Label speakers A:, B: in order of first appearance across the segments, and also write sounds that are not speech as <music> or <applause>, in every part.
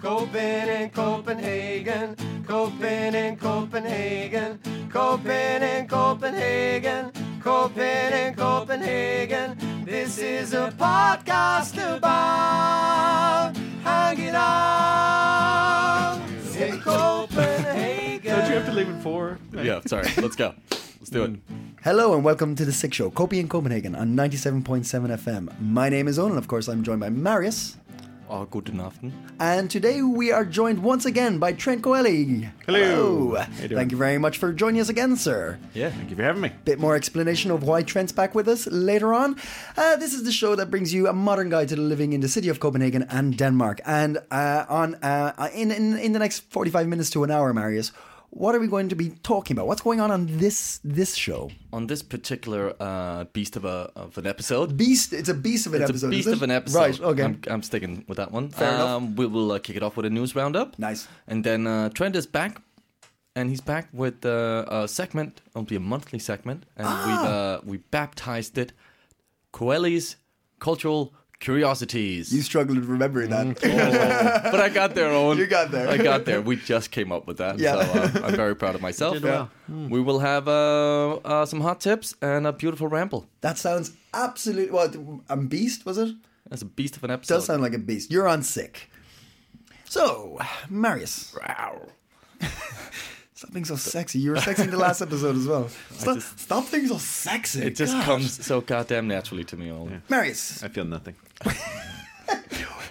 A: Coping in Copenhagen, coping in Copenhagen, coping in Copenhagen, coping in Copenhagen. This is a podcast about hanging out in Copenhagen.
B: Don't you have to leave in four?
C: <laughs>
D: Yeah, sorry. Let's go. Let's do it.
C: Hello and welcome to the Sick Show, Copy in Copenhagen on 97.7 FM. My name is Owen, and of course, I'm joined by Marius.
D: Oh, guten Abend.
C: And today we are joined once again by Trent Coeli.
B: Hello. How you doing?
C: Thank you very much for joining us again, sir.
D: Yeah.
B: Thank you for having me.
C: Bit more explanation of why Trent's back with us later on. Uh, this is the show that brings you a modern guide to the living in the city of Copenhagen and Denmark. And uh, on uh, in, in in the next 45 minutes to an hour, Marius, what are we going to be talking about? What's going on on this this show?
D: On this particular uh, beast of a of an episode,
C: Beast. It's a beast of an
D: it's
C: episode.
D: a
C: is
D: beast
C: it?
D: of an episode.
C: Right. Okay.
D: I'm, I'm sticking with that one.
C: Fair enough.
D: We will uh, kick it off with a news roundup.
C: Nice.
D: And then uh, Trent is back, and he's back with uh, a segment. It'll be a monthly segment, and
C: Ah!
D: we've uh, we baptized it Coeli's cultural curiosities.
C: you struggled with remembering that.
D: Mm. but I got there, Owen.
C: You got there.
D: I got there. We just came up with that,
C: Yeah.
D: so uh, I'm very proud of myself.
B: You did well. Hmm.
D: We will have uh, uh, some hot tips and a beautiful ramble.
C: <laughs> That sounds absolutely. What? A beast was it?
D: That's a beast of an episode.
C: Does sound like a beast. You're on sick. So, Marius,
D: Wow.
C: stop being so sexy. You were sexy in the last episode as
D: <laughs>
C: well. Stop, stop being so sexy.
D: It just
C: God.
D: comes so goddamn naturally to me, Owen.
C: Marius,
B: I feel nothing.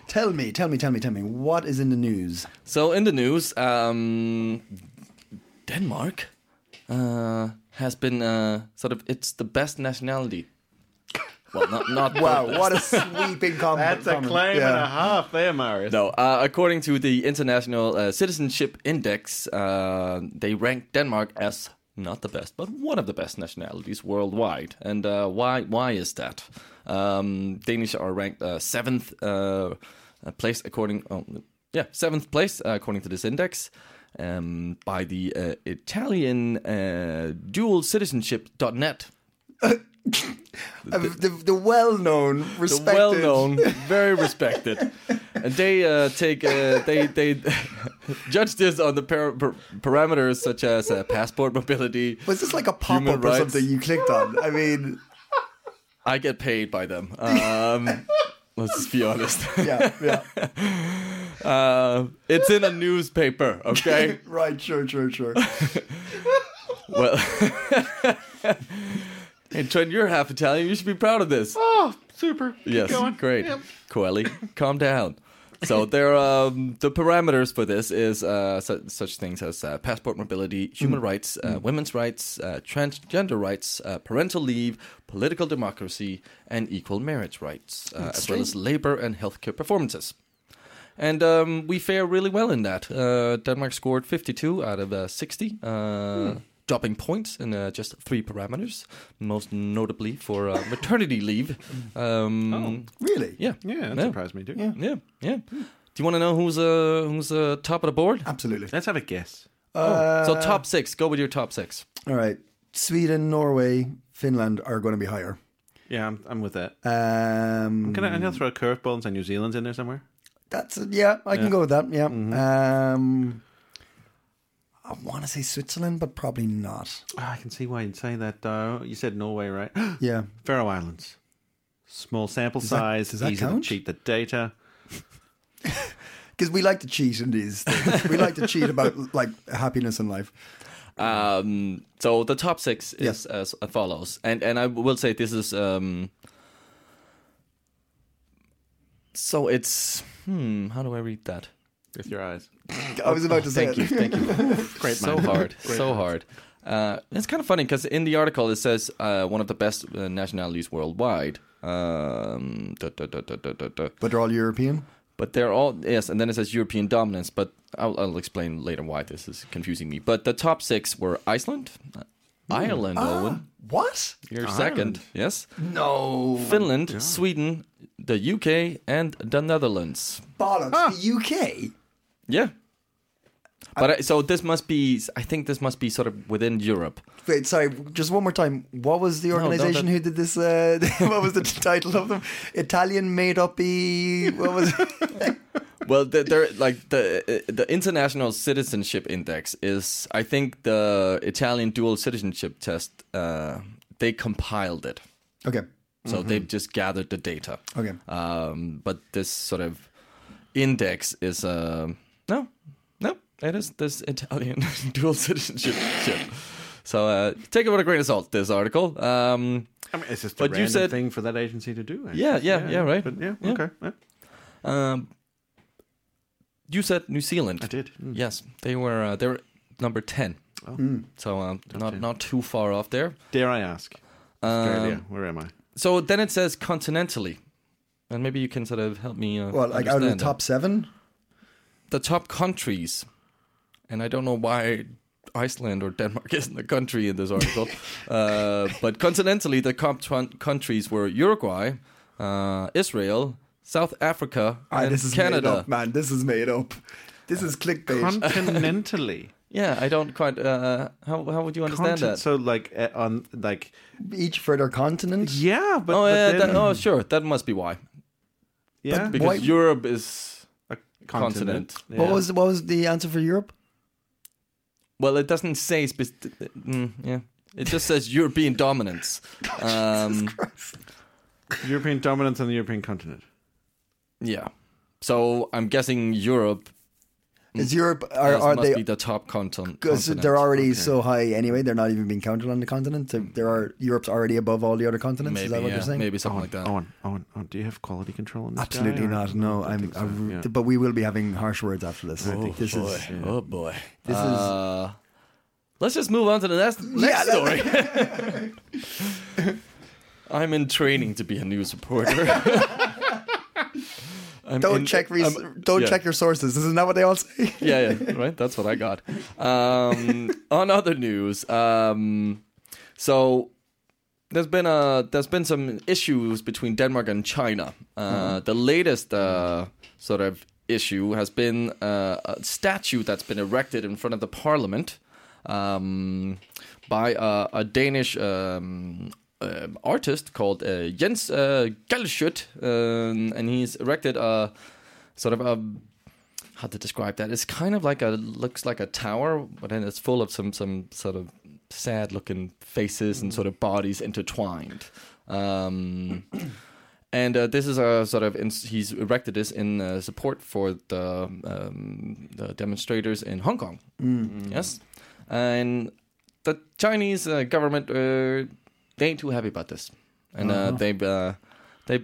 C: tell me, tell me, tell me, tell me, what is in the news?
D: So in the news, um, Denmark uh, has been uh, sort of it's the best nationality. Well, not not
C: <laughs> Wow,
D: <laughs>
C: what a sweeping comment.
B: That's a
C: comment.
B: claim
C: Yeah.
B: and a half there, Marius.
D: No, uh, according to the International uh, Citizenship Index, uh, they rank Denmark as not the best, but one of the best nationalities worldwide. And uh, why? Why is that? Um, Danish are ranked uh, seventh uh, uh, place according, oh, yeah, seventh place uh, according to this index. Um, by the uh, Italian uh, dualcitizenship.net.
C: Uh, The, the well-known,
D: the
C: respected.
D: well known, very respected. And they uh, take uh, they they <laughs> judge this on the par- par- parameters such as uh, passport mobility.
C: Was this like a pop-up
D: Human
C: or
D: rights.
C: something you clicked on? I mean,
D: I get paid by them. Um, let's just be honest. <laughs>
C: yeah, yeah.
D: Uh, it's in a newspaper, okay?
C: <laughs> Right, sure, sure, sure.
D: Well, hey Trent, you're half Italian. You should be proud of this.
B: Oh, super. Keep
D: Yes,
B: going.
D: great.
B: Yep.
D: Coeli, calm down. So there, um, the parameters for this is uh, su- such things as uh, passport mobility, human
B: Mm.
D: rights, uh, women's rights, uh, transgender rights, uh, parental leave, political democracy, and equal marriage rights, uh, as well as labor and healthcare performances. And um, we fare really well in that. Uh, Denmark scored 52 out of uh, 60, uh, dropping points in uh, just three parameters, most notably for uh, maternity leave. Um,
C: Really?
D: Yeah, Hmm.
B: Yeah, that
D: yeah,
B: surprised me too.
C: Yeah.
D: yeah, yeah. Do you want to know who's uh, who's uh, top of the board?
C: Absolutely.
B: Let's have a guess.
D: Oh, so top six. Go with your top six.
C: All right. Sweden, Norway, Finland are going to be higher.
B: Yeah, I'm, I'm with that. Mm.
C: Um,
B: Can I, I'm gonna throw a curveball and say New Zealand's in there somewhere.
C: that's yeah, I can go with that. Yeah.
D: Mm-hmm.
C: Um, I want to say Switzerland, but probably not.
B: Ah, I can see why you'd say that though. You said Norway, right? <gasps>
C: Yeah.
B: Faroe Islands. Small sample
C: that-
B: size,
C: does that
B: easy
C: count?
B: to cheat the data.
C: Because we like to cheat in these things. we like to cheat about <laughs> like happiness in life.
D: Um, so the top six is
C: Yes.
D: as follows, and and I will say this is um. So it's hmm. How do I read that?
B: With your eyes.
C: I was about to say
D: Oh, Thank
C: it.
D: you, thank you.
C: <laughs>
B: Great
D: so
B: mind.
D: hard, so hard. Uh, it's kind of funny because in the article it says uh, one of the best uh, nationalities worldwide. Um, da, da, da, da, da, da, da.
C: But they're all European.
D: But they're all yes, and then it says European dominance. But I'll, I'll explain later why this is confusing me. But the top six were Iceland, Ireland,
C: Ah.
D: Owen,
C: What?
D: your second, yes,
B: Oh
C: No.
D: Finland, Sweden, the UK, and the Netherlands.
C: Bollocks.
D: Ah.
C: The UK.
D: Yeah. But I, so this must be. I think this must be sort of within Europe.
C: Wait, sorry. Just one more time. What was the
D: no,
C: organization
D: that-
C: who did this? <laughs>
D: <laughs>
C: E, Uh, what was the title of them? Italian made up. What was?
D: well, the- there like the the international citizenship index is. I think the Italian dual citizenship test. Uh, they compiled it,
C: Okay.
D: so they've just gathered the data.
C: Okay.
D: Um, but this sort of index is um no, no, it is this Italian <laughs> dual citizenship. ship. So uh, take it with a grain of salt. This article. Um,
B: I mean, it's just
D: But
B: a
D: you
B: random
D: said-
B: thing for that agency to do. actually.
D: Yeah, yeah, yeah, right.
B: But yeah,
D: Yeah.
B: okay. yeah,
D: um, you said New Zealand.
B: I did. Mm.
D: Yes, they were uh, they were number ten.
B: Oh.
C: Hmm.
D: So um, not
B: Okay.
D: not too far off there. Um,
B: Dare I ask? Um, Australia, where am I?
D: So then it says continentally, and maybe you can sort of help me. Uh,
C: Well, like out of the
D: understand that.
C: top seven.
D: the top countries, and I don't know why Iceland or Denmark <laughs> isn't a country in this
C: <laughs>
D: article, uh, but continentally, the top twen- countries were Uruguay, uh, Israel, South Africa,
C: Ah,
D: and
C: this is
D: Canada.
C: made up, man. This is made up. This is clickbait.
B: <laughs> Continentally.
D: Yeah, I don't quite. Uh, how how would you understand
B: Contin-
D: that?
B: So like uh, on like
C: Each further continent.
B: yeah, but,
D: oh
B: but
D: yeah,
B: then-
D: that, oh sure, that must be why.
B: yeah,
D: Because
C: Why-
D: Europe is
B: a
D: continent.
B: Yeah.
C: What was what was the answer for Europe?
D: well, it doesn't say. Spec- mm, yeah, it just says European dominance.
C: <laughs>
D: Um,
B: European dominance on the European continent?
D: Yeah. So I'm guessing Europe
C: Is Europe are,
D: is-
C: are
D: Mm. must
C: they?
D: be the top continent.
C: Because they're already so high anyway, they're not even being counted on the continent. They're, they're are, Europe's already above all the other
D: Mm.
C: continents.
D: maybe,
C: is that what
D: yeah,
C: you're saying?
D: maybe something
B: Oh,
D: like that.
B: Owen, Owen, Owen, do you have quality control in this guy,
C: Absolutely
B: or-
C: not. No, I'm.
B: think so,
C: I'm-
B: yeah.
C: But we will be having harsh words after this. I think this is.
D: Oh boy.
C: This is-
D: uh, Let's just move on to the next, next
C: <laughs>
D: story. I'm in training to be a news reporter. <laughs>
C: <laughs>
D: I'm
C: Don't
D: in-
C: check. Res-
D: I'm-
C: don't
D: uh, um, yeah.
C: check your sources. Isn't that what they all say? <laughs>
D: yeah, yeah, right. That's what I got. Um, <laughs> on other news, um, so there's been a there's been some issues between Denmark and China. Uh, The latest uh, sort of issue has been uh, a statue that's been erected in front of the parliament um, by a, a Danish. Um, uh, artist called uh, Jens uh, Galschut, um, and he's erected a sort of a how to describe that. It's kind of like a looks like a tower, but then it's full of some some sort of sad looking faces and sort of bodies intertwined. Um, <clears throat> and uh, this is a sort of in, he's erected this in uh, support for the, um, the demonstrators in Hong Kong.
C: Mm,
D: Yes, and the Chinese uh, government uh, they ain't too happy about this, and uh, they've uh, they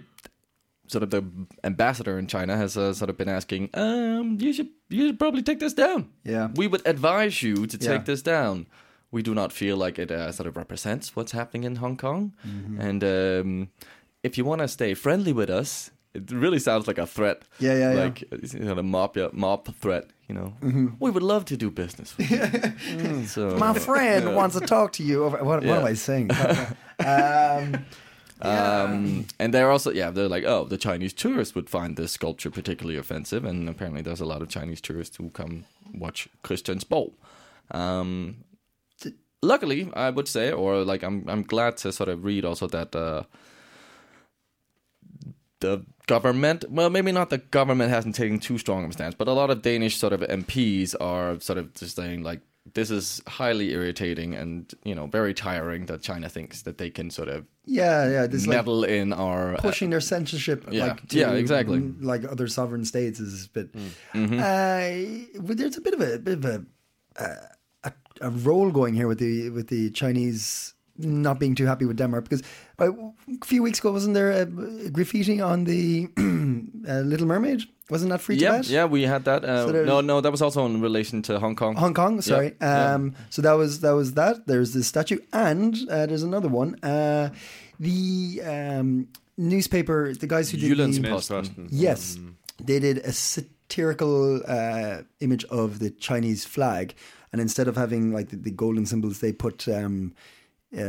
D: sort of the ambassador in China has uh, sort of been asking, um, you should you should probably take this down.
C: Yeah.
D: we would advise you to take
C: Yeah.
D: this down. We do not feel like it uh, sort of represents what's happening in Hong Kong,
C: Mm-hmm.
D: and um, if you want to stay friendly with us, it really sounds like a threat.
C: Yeah, yeah, Mm-hmm. yeah.
D: like it's, you know, a mob yeah, mob threat. You know, we would love to do business. With you.
C: <laughs>
D: Mm, so,
C: My friend wants to talk to you. Over, what, what
D: Yeah.
C: am I saying? <laughs> um,
D: Um, and they're also, yeah, they're like, oh, the Chinese tourists would find this sculpture particularly offensive, and apparently there's a lot of Chinese tourists who come watch Christian's Bowl. Um, luckily, I would say, or like, I'm I'm glad to sort of read also that uh, the government, well, maybe not the government hasn't taken too strong of a stance, but a lot of Danish sort of MPs are sort of just saying like, this is highly irritating and you know very tiring that China thinks that they can sort of
C: yeah, yeah. This like
D: meddle in our uh,
C: pushing their censorship.
D: yeah.
C: like,
D: Yeah, exactly. Mm-hmm.
C: mm, Like other sovereign states is a bit. Uh, but there's a bit of a bit of a, uh, a a role going here with the with the Chinese not being too happy with Denmark because uh, a few weeks ago wasn't there a graffiti on the <clears throat> uh, Little Mermaid? Wasn't that free to
D: yeah,
C: Tibet?
D: yeah, we had that. Uh,
C: So there's-
D: no, no, that was also in relation to Hong Kong.
C: Hong Kong, sorry.
D: yeah.
C: Um, So that was that was that. There's this statue, and uh, there's another one. Uh, the um, newspaper, the guys who did the-
D: Jyllands-Posten.
C: Yes,
D: Mm.
C: they did a satirical uh, image of the Chinese flag, and instead of having like the, the golden symbols, they put um, uh,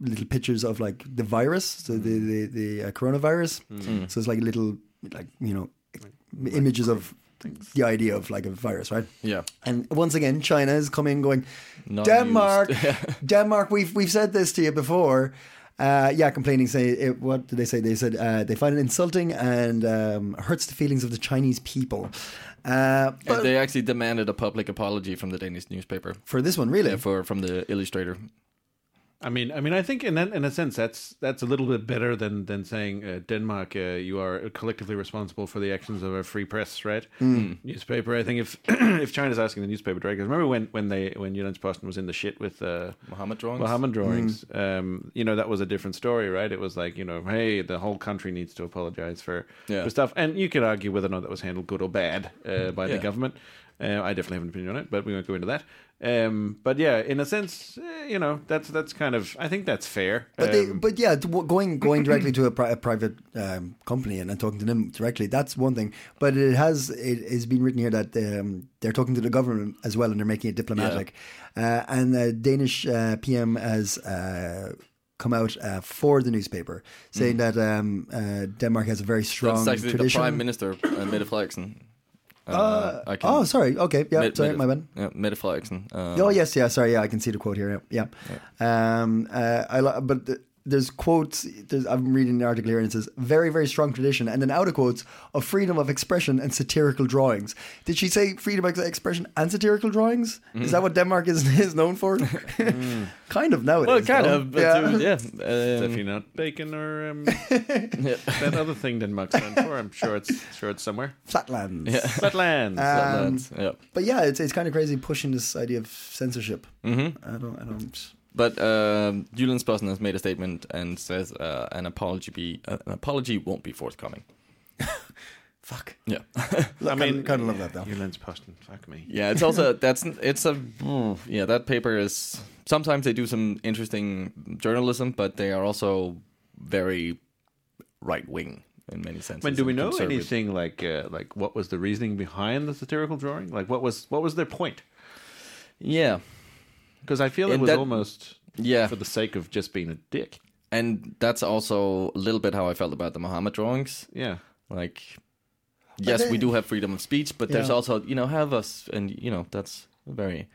C: little pictures of like the virus, so the
D: Mm.
C: the, the uh, coronavirus. So it's like little like you know images of the idea of like a virus, right?
D: Yeah.
C: And once again, China is coming, going,
D: Not
C: <laughs> Denmark,
D: used. <laughs>
C: Denmark. We've we've said this to you before. Uh, yeah, complaining. Say it, what did they say? They said uh, they find it insulting and um, hurts the feelings of the Chinese people. Uh, but
D: they actually demanded a public apology from the Danish newspaper
C: for this one, really,
D: uh, for from the illustrator.
B: I mean, I mean, I think in that, in a sense that's that's a little bit better than than saying uh, Denmark. Uh, you are collectively responsible for the actions of a free press, right?
C: Hmm.
B: Newspaper. I think if <clears throat> if China's asking the newspaper to because remember when when they when Jyllands Posten was in the shit with uh,
D: Muhammad drawings?
B: Muhammad drawings. Um, you know that was a different story, right? It was like you know, hey, the whole country needs to apologize for,
D: Yeah. Mm.
B: for stuff, and you could argue whether or not that was handled good or bad uh, by the
D: Yeah.
B: government. Uh, I definitely have an opinion on it, but we won't go into that. Um, but yeah, in a sense, eh, you know, that's that's kind of I think that's fair.
C: But, they,
B: Um,
C: but yeah, t- w- going going directly to a, pri- a private um, company and, and talking to them directly, that's one thing. But it has it has been written here that um, they're talking to the government as well, and they're making it diplomatic. Uh, and the Danish uh, PM has uh, come out uh, for the newspaper saying that um, uh, Denmark has a very strong
D: That's actually
C: tradition.
D: the prime minister, uh,
C: <coughs>
D: Mette Frederiksen. Uh, I can-
C: oh, sorry. Okay, yeah,
D: Mette-
C: sorry,
D: Mette-
C: my bad.
D: Yeah, Mette Frederiksen. Uh,
C: Oh yes, yeah. Sorry, yeah. I can see the quote here. Yeah, yeah. Um, uh, I lo- but th- there's quotes. There's, I'm reading an article here, and it says very, very strong tradition, and then out of quotes of freedom of expression and satirical drawings. Did she say freedom of expression and satirical drawings? Is that what Denmark is <laughs> is known for? <laughs> kind of nowadays.
D: Well, kind
C: no?
D: of, but
C: Yeah.
D: yeah.
C: <laughs>
D: yeah. um,
B: definitely not bacon or
D: <laughs>
B: um, that other thing Denmark's known for. I'm sure it's sure it's somewhere.
C: Flatlands.
B: Flatlands.
D: Uh,
C: Um,
D: Flatlands, yeah.
C: But yeah, it's it's kind of crazy pushing this idea of censorship. I don't. I don't.
D: But um, Julian Spossen has made a statement and says uh, an apology be uh, an apology won't be forthcoming.
C: Fuck.
D: Yeah,
C: I
B: mean-
C: kind of love that though.
B: Your lens Posten, fuck me.
D: yeah. It's
B: <laughs>
D: also that's it's a mm, yeah. That paper is sometimes they do some interesting journalism, but they are also very right wing in many senses.
B: When do we
D: and
B: know
D: conservative.
B: anything like uh, like what was the reasoning behind the satirical drawing? Like what was what was their point?
D: Yeah,
B: Because I feel it
D: And
B: was
D: that-
B: almost
D: yeah.
B: for the sake of just being a dick.
D: and that's also a little bit how I felt about the Muhammad drawings.
B: Yeah.
D: Like, yes, we
C: then-
D: do have freedom of speech, but there's
C: Yeah.
D: also, you know, have us, and you know, that's very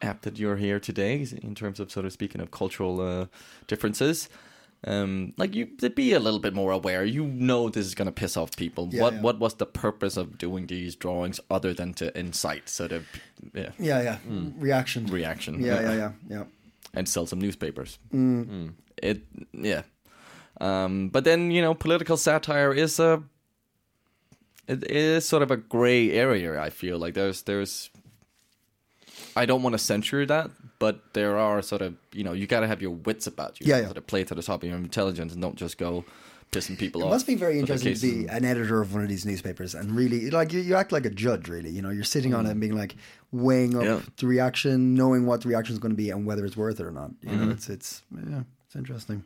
D: apt that you're here today in terms of sort of speaking of cultural uh, differences. Um, like you, to be a little bit more aware. You know, this is gonna piss off people.
C: Yeah,
D: what
C: yeah.
D: what was the purpose of doing these drawings other than to incite sort of yeah,
C: Yeah, yeah. Reaction.
D: reaction?
C: yeah, yeah, yeah, yeah.
D: and sell some newspapers.
C: Mm.
D: It yeah, um, but then you know political satire is a it is sort of a gray area. I feel like there's there's I don't want to censure that, but there are sort of you know you got to have your wits about you.
C: Yeah, yeah.
D: Sort of play to the top of your intelligence and don't just go pissing people
C: It
D: off.
C: must be very
D: with the
C: interesting to
D: cases.
C: be an editor of one of these newspapers and really like you, you act like a judge really you know you're sitting on it and being like weighing up
D: Mm. Yeah.
C: the reaction knowing what the reaction is going to be and whether it's worth it or not you
D: Mm-hmm.
C: know it's it's yeah it's interesting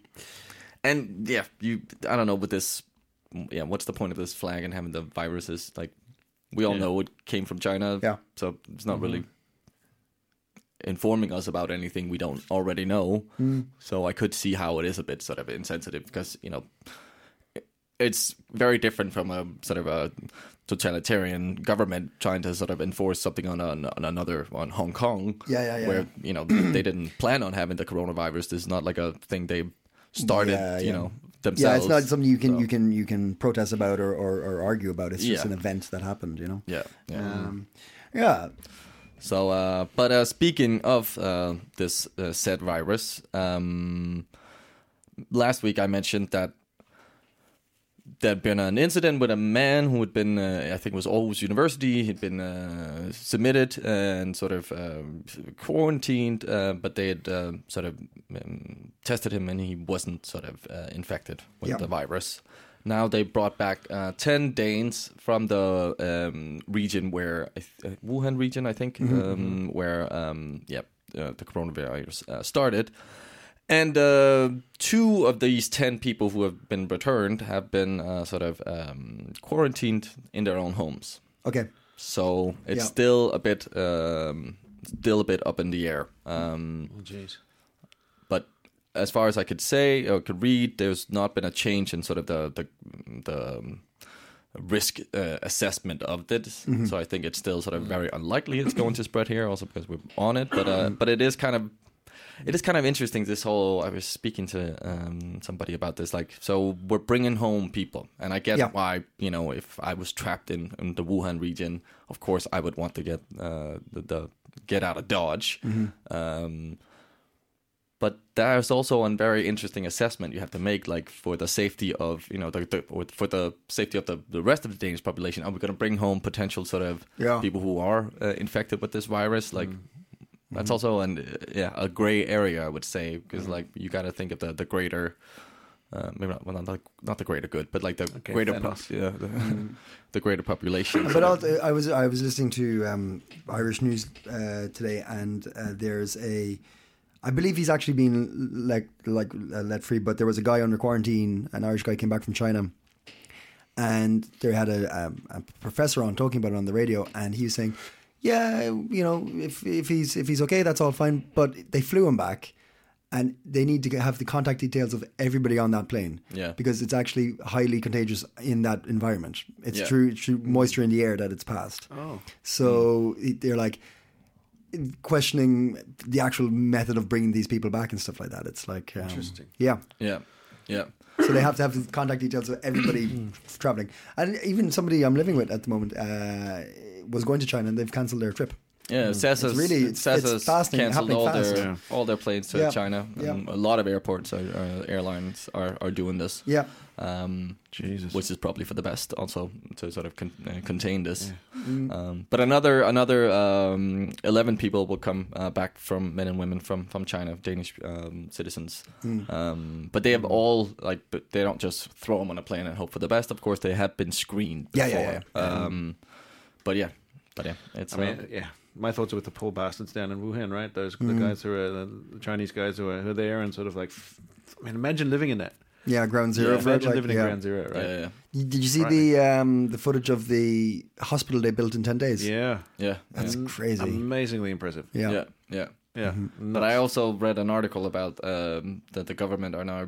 D: and yeah, you I don't know with this yeah, what's the point of this flag and having the viruses? Like we all know it came from China.
C: Yeah. Mm-hmm.
D: So it's not really informing us about anything we don't already know.
C: Mm.
D: So I could see how it is a bit sort of insensitive because, you know, it's very different from a sort of a totalitarian government trying to sort of enforce something on, on, on another on Hong Kong.
C: Yeah, yeah, yeah.
D: Where you know they didn't plan on having the coronavirus. This is not like a thing they started.
C: Yeah,
D: you
C: yeah.
D: know
C: yeah
D: themselves.
C: it's not something you can you can you can protest about or or, or argue about it's just
D: Yeah.
C: an event that happened you know
D: Yeah. yeah.
C: um, yeah
D: So, uh, but uh, speaking of uh, this uh, said virus, um, last week I mentioned that there'd been an incident with a man who had been, uh, I think it was Aarhus University, he'd been uh, submitted and sort of um quarantined, uh, but they had uh, sort of um, tested him and he wasn't sort of uh, infected with
C: Yeah.
D: the virus. Now they brought back uh, 10 Danes from the um, region where, I th- uh, Wuhan region, I think, um, where, um, yeah, uh, the coronavirus uh, started. And uh, two of these 10 people who have been returned have been uh, sort of um, quarantined in their own homes.
C: okay
D: So it's
C: Yeah.
D: still a bit um, still a bit up in the air. Um,
B: Jeez.
D: but as far as I could say or could read, there's not been a change in sort of the the, the um, risk uh, assessment of this. So I think it's still sort of very unlikely it's going to spread here, also because we're on it. But uh, but it is kind of it is kind of interesting. This whole I was speaking to um, somebody about this. Like, so we're bringing home people, and I get
C: Yeah.
D: why you know if I was trapped in, in the Wuhan region, of course I would want to get uh, the, the get out of Dodge. Um, but there's also a very interesting assessment you have to make, like for the safety of you know the, the or for the safety of the, the rest of the Danish population. Are we going to bring home potential sort of
C: Yeah.
D: people who are uh, infected with this virus? Like that's also an uh, yeah a gray area, I would say, because like you got to think of the the greater. Uh, maybe not, well, not the- not the greater good, but like the greater, po-
B: Thanos.
D: yeah, the, <laughs> the greater population.
C: But also, I was I was listening to um, Irish news uh, today, and uh, there's a, I believe he's actually been like like uh, let free. But there was a guy under quarantine, an Irish guy came back from China, and they had a, um, a, a professor on talking about it on the radio, and he was saying, "Yeah, you know, if if he's if he's okay, that's all fine." But they flew him back, and they need to get- have the contact details of everybody on that plane,
D: Yeah.
C: because it's actually highly contagious in that environment. It's
D: Yeah.
C: through through moisture in the air that it's passed.
B: Oh. Hmm.
C: So it- they're like questioning the actual method of bringing these people back and stuff like that. It's like um,
B: Interesting.
C: Yeah,
D: yeah, yeah,
C: so they have to have the contact details of
B: <coughs>
C: everybody traveling. And even somebody I'm living with at the moment uh, was going to China and they've cancelled their trip.
D: yeah. SAS has
C: really- Mm. it's-
D: SAS
C: it's
D: has
C: fascinating,
D: canceled
C: happening
D: all
C: fast.
D: their
B: Yeah.
D: all their planes to
C: Yeah,
D: China.
C: yeah.
D: Um, a lot of airports are, are airlines are, are doing this.
C: Yeah,
D: um,
B: Jesus.
D: which is probably for the best also to sort of con- uh, contain this.
C: Mm.
D: Um, but another another um, eleven people will come uh, back from men and women from from China, Danish um, citizens.
C: Mm.
D: Um, but they
B: Mm.
D: have all like, but they don't just throw them on a plane and hope for the best. Of course, they have been screened.
C: Yeah,
D: Before.
C: yeah, yeah.
D: Um, but yeah, but yeah, it's.
B: I
D: uh,
B: mean, yeah. My thoughts are with the poor bastards down in Wuhan, right? Those
C: Mm.
B: the guys who are the Chinese guys who are, who are there and sort of like, f- I mean, imagine living in that.
C: yeah, ground zero.
B: Yeah,
C: for it,
B: imagine
C: like,
B: living in
C: yeah.
B: ground zero, right?
D: yeah, yeah,
C: Y- Did you see the um, the footage of the hospital they built in ten days?
B: Yeah. Mm,
D: yeah, yeah.
C: That's crazy. Mm-hmm.
B: Amazingly impressive.
C: yeah.
D: yeah, yeah.
B: Yeah.
D: But
C: <laughs>
D: I also read an article about um, that the government are now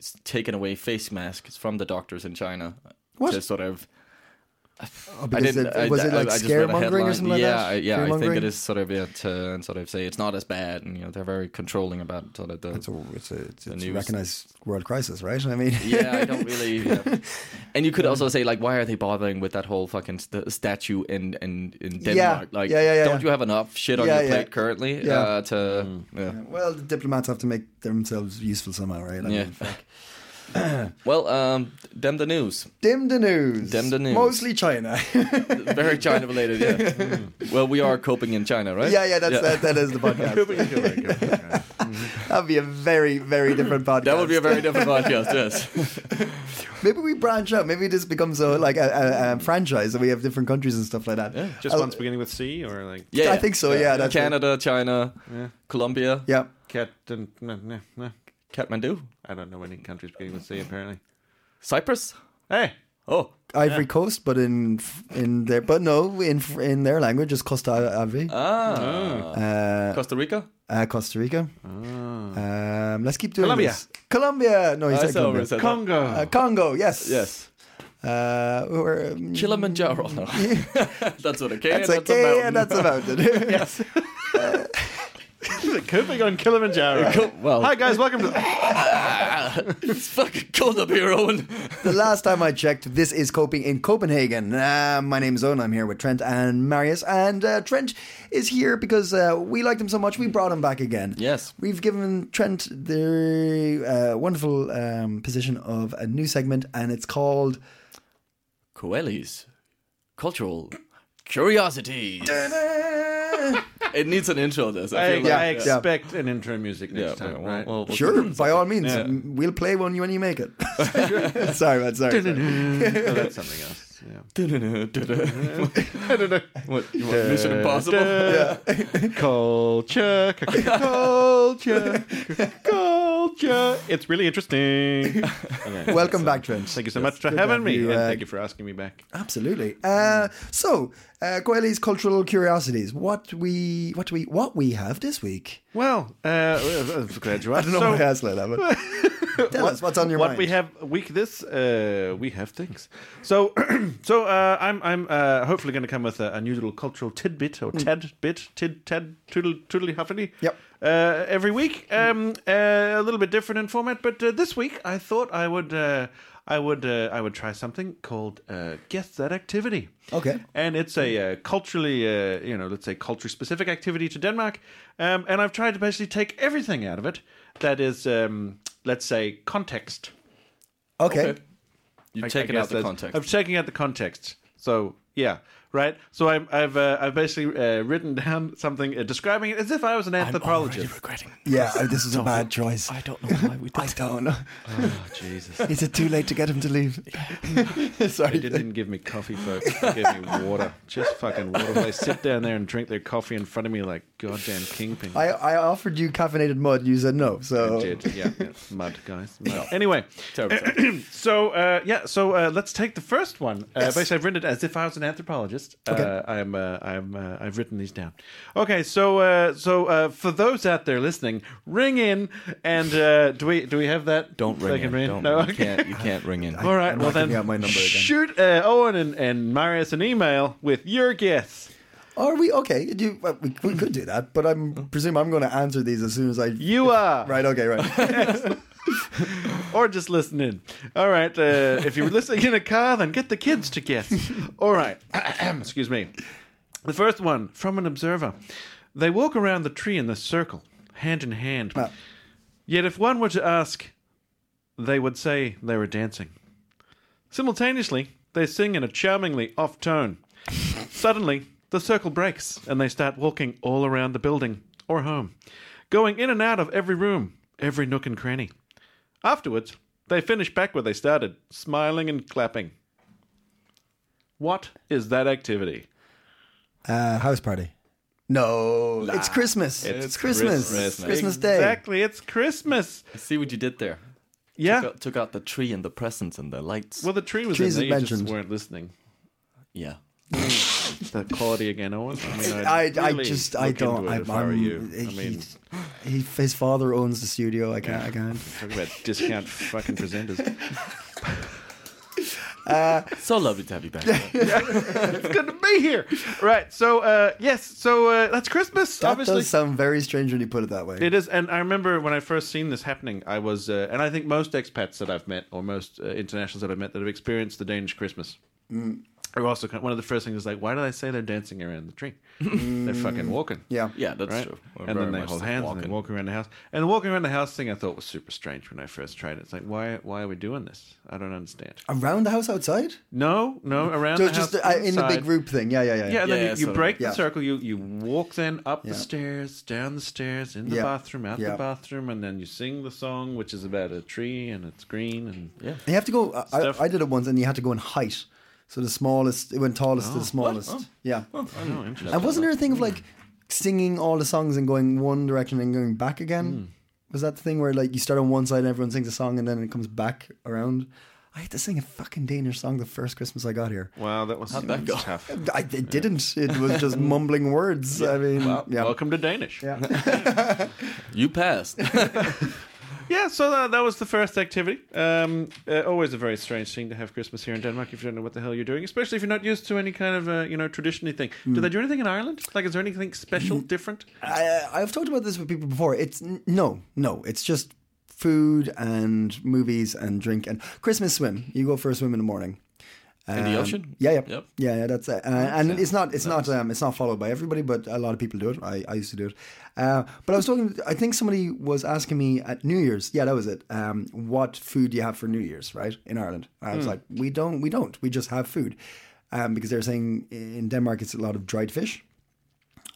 D: s- taking away face masks from the doctors in China.
C: What?
D: To sort of.
C: Oh, because it- was it like
D: just read a
C: scaremongering or
D: headline.
C: something like
D: yeah,
C: that?
D: I- yeah, I think
C: Fearmongering?
D: it is sort of yeah, to and sort of say it's not as bad, and you know they're very controlling about sort of the.
C: It's a it's a, it's,
D: The
C: it's a
D: news.
C: recognized world crisis, right? <laughs> I mean,
D: <laughs> yeah, I don't really.
C: <laughs>
D: yeah. And you could also say like, why are they bothering with that whole fucking st- statue in in in
C: Yeah,
D: Denmark? Like,
C: yeah, yeah, yeah,
D: don't
C: yeah.
D: you have enough shit on
C: Yeah,
D: your
C: yeah.
D: plate currently?
C: Yeah. Mm.
D: Uh, to yeah.
C: well, the diplomats have to make themselves useful somehow, right? I
D: Yeah.
C: mean, fuck.
D: <laughs> Well, um, damn the news.
C: Dim the news.
D: Dim the news.
C: Mostly
D: <laughs>
C: China.
D: Very China related, yeah.
C: <laughs>
D: well, we are coping in China, right?
C: yeah, yeah, that's uh, That, that is the
D: <laughs>
C: podcast.
B: I.
C: That'd be a very, very different podcast.
D: That would be a very
C: <laughs>
D: different podcast, yes.
C: Maybe we branch out. Maybe this becomes a like a, a, a franchise, and we have different countries and stuff like that.
D: Yeah,
B: Just
C: I'll-
B: once beginning with C or like
D: Yeah,
C: I think so, yeah, that's it.
D: Canada, China, Colombia,
C: Yeah.
B: cat and no, no, no.
D: Kathmandu,
B: I don't know any countries beginning with C apparently.
D: Cyprus.
B: Hey,
D: Oh,
C: Ivory Coast, but in in their but no in in their language is Costa Ave,
D: ah,
C: uh,
D: Uh, Costa Oh. Rica.
C: uh, Costa Rica.
B: Uh,
C: Um, let's keep doing
B: Colombia.
C: this. Colombia. No, you
D: I
C: said
D: saw
C: Colombia.
D: it said that.
B: Congo.
C: Uh, Congo. Yes.
D: Yes,
C: Uh, we're, um,
D: Kilimanjaro.
C: <laughs>
D: <laughs> that's what a K.
C: That's
D: and
C: okay,
D: mountain.
C: and that's a
D: <laughs>
C: mountain. <laughs> yes.
B: Coping on Kilimanjaro.
D: Co- well,
B: Hi guys, welcome
C: <laughs>
B: to.
D: <laughs> it's fucking cold up here,
C: <laughs>
D: Owen.
C: The last time I checked, this is Coping in Copenhagen. Uh, my name's Owen. I'm here with Trent and Marius. And uh, Trent is here because uh, we liked him so much, we brought him back again.
D: Yes.
C: We've given Trent the uh, wonderful um, position of a new segment, and it's called.
D: Coelies, cultural <laughs> curiosities. it needs an intro. This,
B: I,
D: I feel
B: I
D: like.
C: yeah.
B: expect an intro music next
D: Yeah,
B: time,
D: well,
B: right?
D: well, we'll-
B: <laughs>
C: Sure, by all means, we'll play one when you make
D: <laughs>
C: it. <laughs> sorry, man, sorry. sorry.
B: Oh, that's something else. <laughs> Yeah. <laughs>
D: What, you want Mission Impossible?
B: Culture, c- c- culture, c- c- culture. It's really
C: <laughs>
B: interesting. Okay.
C: Welcome back, Trent.
B: Thank you so much for
C: Good to
B: having
C: have
B: me,
C: you,
B: and
C: uh,
B: thank you for asking me back.
C: Absolutely. Uh, so Uh, Coeli's cultural curiosities. What we what we what we have this week?
B: Well, uh, I'm glad you asked.
C: I don't know
B: So-
C: why I asked like that,
B: <laughs>
C: but tell us what's on your
B: what
C: mind.
B: we have week this uh, we have things so <clears throat> so uh, i'm i'm uh, hopefully going to come with a, a new little cultural tidbit or tad bit tid tad toodle toodly huffity
C: Mm. Yep.
B: uh, every week um, uh, a little bit different in format but uh, this week i thought i would uh, i would uh, i would try something called uh, guess that activity
C: Okay.
B: and it's a uh, culturally, uh, you know, let's say culture specific activity to Denmark. Um, and I've tried to basically take everything out of it that is, um, let's say, context.
C: Okay.
D: You
B: I- I
D: take it
B: guess
D: out the
B: that's-
D: context.
B: I'm taking out the context. So yeah, right. So I'm, I've uh, I've basically uh, written <laughs> down something uh, describing it as if I was an anthropologist.
D: regretting.
C: Yeah, uh, this is a bad choice.
D: I don't know why we
C: <laughs> I don't know.
B: <laughs> Oh Jesus!
C: Is it too late to get him to leave?
B: <laughs> They
C: <laughs> Sorry.
B: didn't give me coffee, folks. They gave me water. Just fucking water. They sit down there and drink their coffee in front of me like goddamn kingpin.
C: I, I offered you caffeinated mud. You said no. So
B: Did yeah, yeah. mud guys. Mud. Anyway,
D: Terrible.
B: so uh, yeah, so uh, let's take the first one. Uh, Basically, I've written it as if I was an anthropologist. Uh,
C: Okay.
B: I'm, uh, I'm, uh, I've written these down. Okay, so uh, so uh, for those out there listening, ring in and uh, do we do we have that?
D: Don't
B: They
D: ring
B: can
D: in. Don't,
B: No,
D: You
B: okay.
D: can't. You can't ring in.
B: <laughs> All right,
C: I'm
B: well
C: not giving
B: then,
C: out my number again.
B: shoot uh, Owen and, and Marius an email with your guess.
C: are we okay? Do, well, we, we could do that, but I'm presume I'm going to answer these as soon as I.
B: Mm. You are
C: Right.
B: <laughs>
C: Okay. Right.
B: or just listen in. All right, uh, if you're listening in a car, then get the kids to guess. All right, <clears throat> excuse me. The first one from an observer. They walk around the tree in a circle, hand in hand.
C: Ah.
B: Yet if one were to ask, they would say they were dancing. Simultaneously, they sing in a charmingly off tone. Suddenly, the circle breaks and they start walking all around the building or home, going in and out of every room, every nook and cranny. Afterwards, they finish back where they started, smiling and clapping. What is that activity?
C: Uh, house party. No, it's Christmas. It's, Christmas.
D: Christmas.
C: Christmas Day.
B: Exactly, it's Christmas.
D: See what you did there.
B: Yeah.
D: Took, out, took out the tree and the presents and the lights.
B: Well, the tree was
C: Trees
B: in there.
C: is
B: You just
C: mentioned.
B: weren't listening.
D: yeah.
B: The quality again, Owen. I
C: <laughs>
B: mean,
C: I,
B: I'd
C: I
B: really
C: just I
B: look
C: don't
B: into it
C: I,
B: if I were
C: I'm- uh,
B: you. I
C: he-
B: mean,
C: he, his father owns the studio. I can't I can't.
B: <laughs> talk about discount fucking
C: <laughs>
B: presenters.
D: So lovely to have you back.
B: <laughs> It's good to be here. Right. So uh, yes. So uh, that's Christmas.
C: That
B: obviously,
C: does sound very strange when you put it that way.
B: It is, and I remember when I first seen this happening. I was, uh, and I think most expats that I've met, or most uh, internationals that I've met, that have experienced the Danish Christmas,
C: Mm.
B: are also kind one of the first things is like, why do they say they're dancing around the tree?
C: Mm.
B: they're fucking walking.
C: yeah.
D: yeah, that's
B: right?
D: true. We're
B: and
D: very
B: then they
D: much
B: hold
D: like
B: hands and
D: walking.
B: they walk around the house. And the walking around the house thing, I thought was super strange when I first tried it. It's like, why, why are we doing this? I don't understand.
C: Around the house outside?
B: No, no, around
C: So
B: the
C: it's just
B: house
C: uh, in the
B: inside.
C: big group thing. Yeah, yeah, yeah.
B: Yeah, and
D: Yeah,
B: then you, you
D: sort of
B: break
D: like-
B: the
C: Yeah.
B: circle. You you walk then up
C: Yeah.
B: the stairs, down the stairs, in the
C: Yeah.
B: bathroom, out
C: Yeah.
B: the bathroom, and then you sing the song, which is about a tree and it's green and
D: Yeah.
C: And you have to go. I-
B: Stuff.
C: I, I did it once, and you had to go in height. So the smallest, it went tallest to the smallest. Yeah.
B: oh, interesting.
C: and wasn't there a thing of like singing all the songs and going one direction and going back again? Was that the thing where like you start on one side and everyone sings a song and then it comes back around? I had to sing a fucking Danish song the first Christmas I got here.
B: Wow, that was,
D: that
B: that was
D: go?
B: tough.
C: I it didn't. It was just mumbling words. I mean, <laughs> yeah.
B: Welcome to Danish. Yeah,
C: Yeah.
D: You passed. <laughs>
B: so that, that was the first activity. Um, uh, always a very strange thing to have Christmas here in Denmark if you don't know what the hell you're doing, especially if you're not used to any kind of uh, you know traditionally thing. Do they do anything in Ireland? Like, is there anything special, different?
C: I, I've talked about this with people before. It's n- no, no. It's just food and movies and drink and Christmas swim. You go for a swim in the morning.
D: In the
C: Um,
D: ocean?
C: Yeah, yeah,
D: Yep.
C: yeah, yeah. That's it. Uh, and it's not, it's not, um, it's not followed by everybody, but a lot of people do it. I, I used to do it. Uh, but I was talking. I think somebody was asking me at New Year's. Yeah, that was it. Um, what food do you have for New Year's, right? In Ireland, And I
D: Hmm.
C: was like, we don't, we don't. We just have food, um, because they're saying in Denmark it's a lot of dried fish.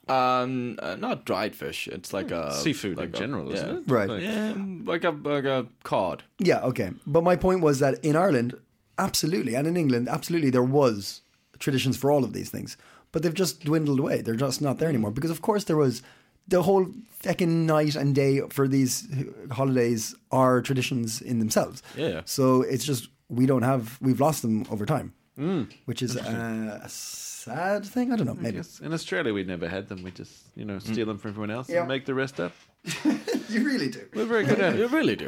D: Um, uh, not dried fish. It's like a
B: Hmm. Seafood
D: Oh, like
B: in
D: a-
B: general,
D: yeah.
B: isn't it?
C: Right.
B: Like-
D: Um, like a like a cod.
C: Yeah, okay. But my point was that in Ireland, absolutely, and in England, absolutely, there was traditions for all of these things, but they've just dwindled away. They're just not there anymore because, of course, there was the whole second night and day for these holidays are traditions in themselves.
D: Yeah.
C: So it's just we don't have we've lost them over time.
D: Mm.
C: which is uh, a sad thing. I don't know. Maybe
B: Yes. In Australia, we never had them. We just, you know, steal them from everyone else
C: Yeah.
B: and make the rest up.
C: <laughs> you really do.
B: We're very good <laughs> at it.
D: You really do.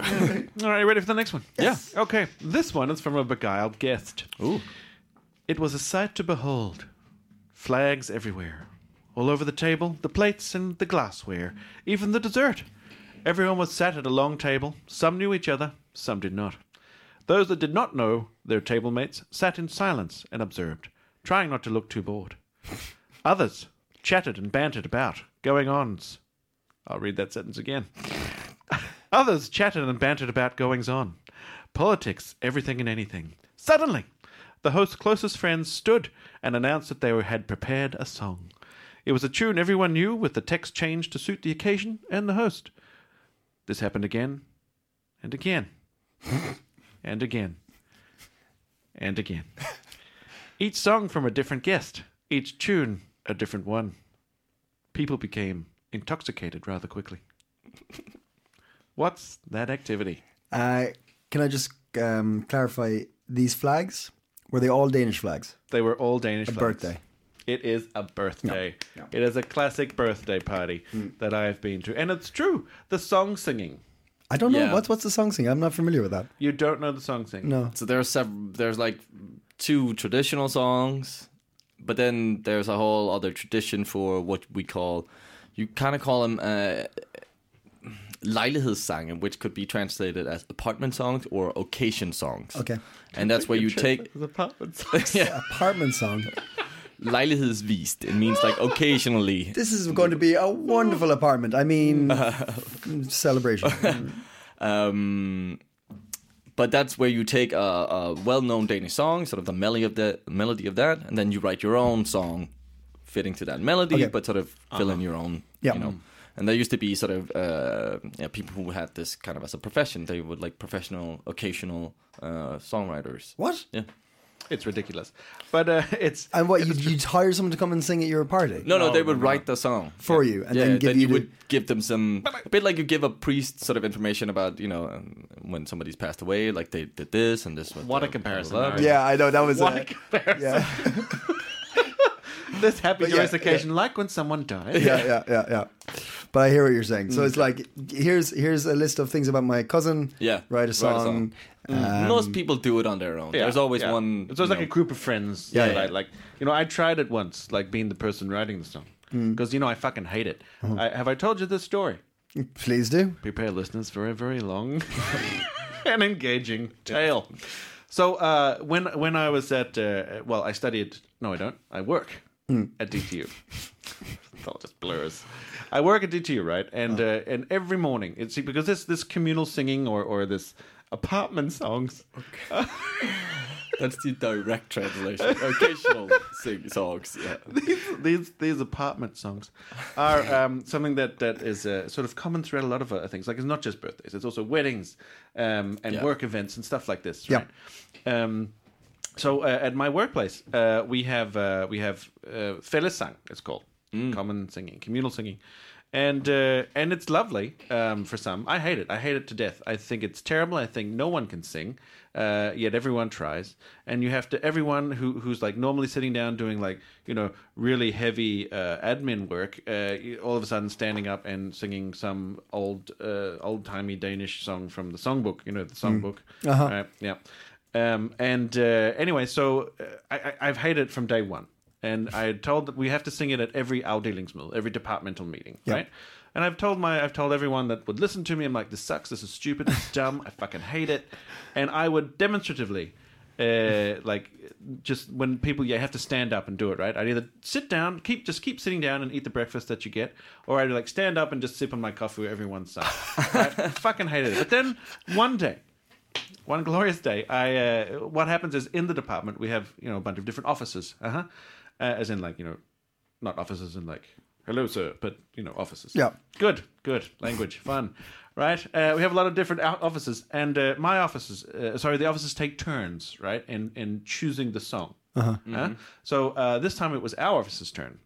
B: All right, ready for the next one? Yeah. Okay. This one is from a beguiled guest.
D: Ooh.
B: It was a sight to behold. Flags everywhere. All over the table, the plates and the glassware, even the dessert. Everyone was sat at a long table. Some knew each other, some did not. Those that did not know their table mates sat in silence and observed, trying not to look too bored. Others chatted and bantered about, going ons. I'll read that sentence again. Others chatted and bantered about goings on, politics, everything and anything. Suddenly, the host's closest friends stood and announced that they had prepared a song. It was a tune everyone knew, with the text changed to suit the occasion and the host. This happened again, and again, and again, and again. Each song from a different guest, each tune a different one. People became intoxicated rather quickly. What's that activity?
C: Uh, can I just um, clarify these flags? Were they all Danish flags?
B: They were all Danish. A
C: birthday.
B: It is a birthday. It is a classic birthday party
C: Hmm.
B: that I have been to, and it's true. The song singing.
C: I don't know.
D: Yeah.
C: What's what's the song singing? I'm not familiar with that.
B: You don't know the song singing.
C: No.
D: So there's several, there's like two traditional songs, but then there's a whole other tradition for what we call, you kind of call them uh, lejlighedssange, which could be translated as apartment songs or occasion songs.
C: Okay.
D: And that's where you take
B: The apartment song.
C: <laughs>
D: yeah,
C: Apartment song.
D: lejlighedsvist. It means like occasionally.
C: This is going to be a wonderful apartment. I mean, celebration. <laughs>
D: Um, but that's where you take a, a well-known Danish song, sort of the melody of the melody of that, and then you write your own song fitting to that melody,
C: Okay.
D: but sort of fill in your own,
C: Yeah.
D: you know. And there used to be sort of uh, yeah, people who had this kind of as a profession. They would like professional, occasional uh, songwriters.
C: What?
D: Yeah.
B: It's ridiculous, but uh, it's
C: And what you you'd hire someone to come and sing at your party
D: No, no, they would write the song
C: for you, and
D: yeah,
C: then give you,
D: you
C: the-
D: would give them some a bit like you give a priest sort of information about you know um, when somebody's passed away, like they did this and this.
B: What a comparison, Ari.
C: Yeah, I know that was.
B: what
C: a-
B: a comparison.
C: <laughs> yeah,
B: <laughs> This happy
C: But yeah,
B: joyous
C: yeah.
B: occasion, like when someone dies.
C: yeah, yeah, yeah, yeah. But I hear what you're saying. So it's like here's here's a list of things about my cousin.
D: Yeah,
C: write a song. um,
D: Mm, Most people do it on their own.
B: Yeah,
D: There's always
B: yeah.
D: one.
B: It's always
D: you
B: like a
D: know,
B: group of friends.
C: Yeah,
B: that
C: yeah.
B: I, like you know, I tried it once, like being the person writing the song,
C: Hmm.
B: because you know I fucking hate it.
C: Uh-huh.
B: I, have I told you this story?
C: Please do.
B: prepare listeners for a very long <laughs> and engaging tale. So uh, when when I was at uh, well, I studied. No, I don't. I work at <laughs> DTU. it all just blurs. I work at DTU, right? And uh, and every morning, it's because this this communal singing or or this apartment songs.
D: That's the
B: <laughs>
D: direct translation. Occasional sing songs. Yeah.
B: <laughs> these, these these apartment songs are um, something that that is uh, sort of common throughout a lot of other things. Like it's not just birthdays; it's also weddings um, and
D: Yeah.
B: work events and stuff like this.
C: Yeah.
B: Right? Um, so uh, at my workplace, uh, we have uh, we have uh, fellesang. It's called common singing, communal singing, and uh, and it's lovely um, for some. I hate it. I hate it to death. I think it's terrible. I think no one can sing, uh, yet everyone tries. And you have to everyone who who's like normally sitting down doing like you know really heavy uh, admin work, uh, you- all of a sudden standing up and singing some old uh, old timey Danish song from the songbook. You know the songbook.
C: Uh-huh.
B: Right? Yeah. Um, and uh, anyway, so uh, I, I, I've hated it from day one. And I had told that we have to sing it at every Aldeling's every departmental meeting, right? And I've told my, I've told everyone that would listen to me. I'm like, this sucks. This is stupid. It's dumb. I fucking hate it. And I would demonstratively, uh, like, just when people, you have to stand up and do it, right? I'd either sit down, keep just keep sitting down and eat the breakfast that you get, or I'd like stand up and just sip on my coffee where everyone sat. I fucking hated it. But then one day, one glorious day, I uh, what happens is in the department we have you know a bunch of different offices, uh-huh. uh as in like you know, not offices in like hello sir, but you know offices.
C: Yeah.
B: good, good language, fun, right? Uh, we have a lot of different out- offices, and uh, my offices, uh, sorry, the offices take turns, right, in in choosing the song. Uh-huh. So uh, this time it was our office's turn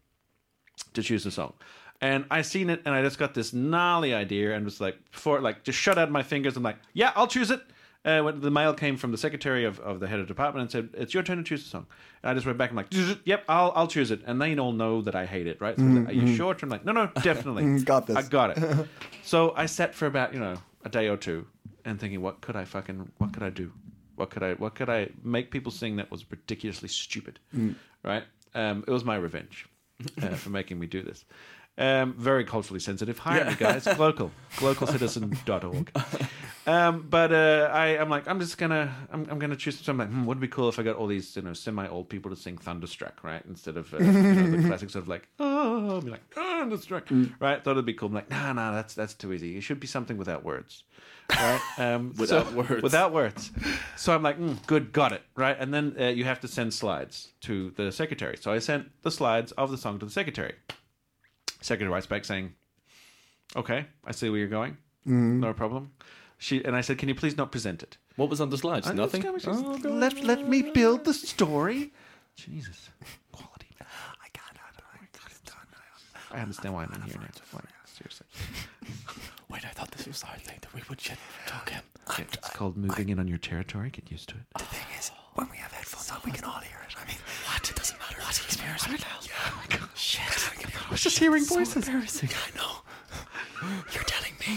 B: to choose a song. And I seen it and I just got this gnarly idea and was like, before, like, just shut out my fingers. I'm like, yeah, I'll choose it. Uh, when the mail came from the secretary of, of the head of department and said, "It's your turn to choose the song." And I just went back. and like, "Yep, I'll I'll choose it." And they all know that I hate it, right? So they're like, Are you sure? And I'm like, "No, no, definitely.
C: Mm, <laughs> Got this.
B: I got it." so I sat for about you know a day or two and thinking, "What could I fucking? What could I do? What could I? What could I make people sing that was ridiculously stupid?" Right? Um, it was my revenge uh, for making me do this. Um, very culturally sensitive. Hire me, guys. Local,
D: <laughs>
B: localcitizen.org. Um, but uh, I, I'm like, I'm just gonna, I'm, I'm gonna choose. So I'm like, hmm, would be cool if I got all these, you know, semi-old people to sing Thunderstruck, right? Instead of uh, you know,
D: <laughs>
B: the classic sort of like, oh, I'll be like, oh, Thunderstruck,
D: Mm.
B: right? Thought it'd be cool. I'm like, nah, nah, that's that's too easy. It should be something without words,
D: <laughs>
B: right? Um,
D: Without words.
B: without words. So I'm like, mm, good, got it, right? And then uh, you have to send slides to the secretary. So I sent the slides of the song to the secretary. Secretary writes back saying, "Okay, I see where you're going. No problem." She and I said, "Can you please not present it?"
D: What was on the slides?
B: And
D: Nothing. Oh,
B: it's kind of just, let let me build the story. Jesus, quality. man.
C: I can't. I got it done.
B: I understand why I'm in here now. Like, seriously,
D: Wait, I thought this was our thing that we would shit talk him.
B: Okay, it's called moving in on your territory. Get used to it.
C: thing is, when we have headphones on, we can all hear it. I mean, what? It doesn't matter. What? It's embarrassing. Yeah. Oh my God. Shit. I was just hearing voices. So embarrassing. I know. You're telling me.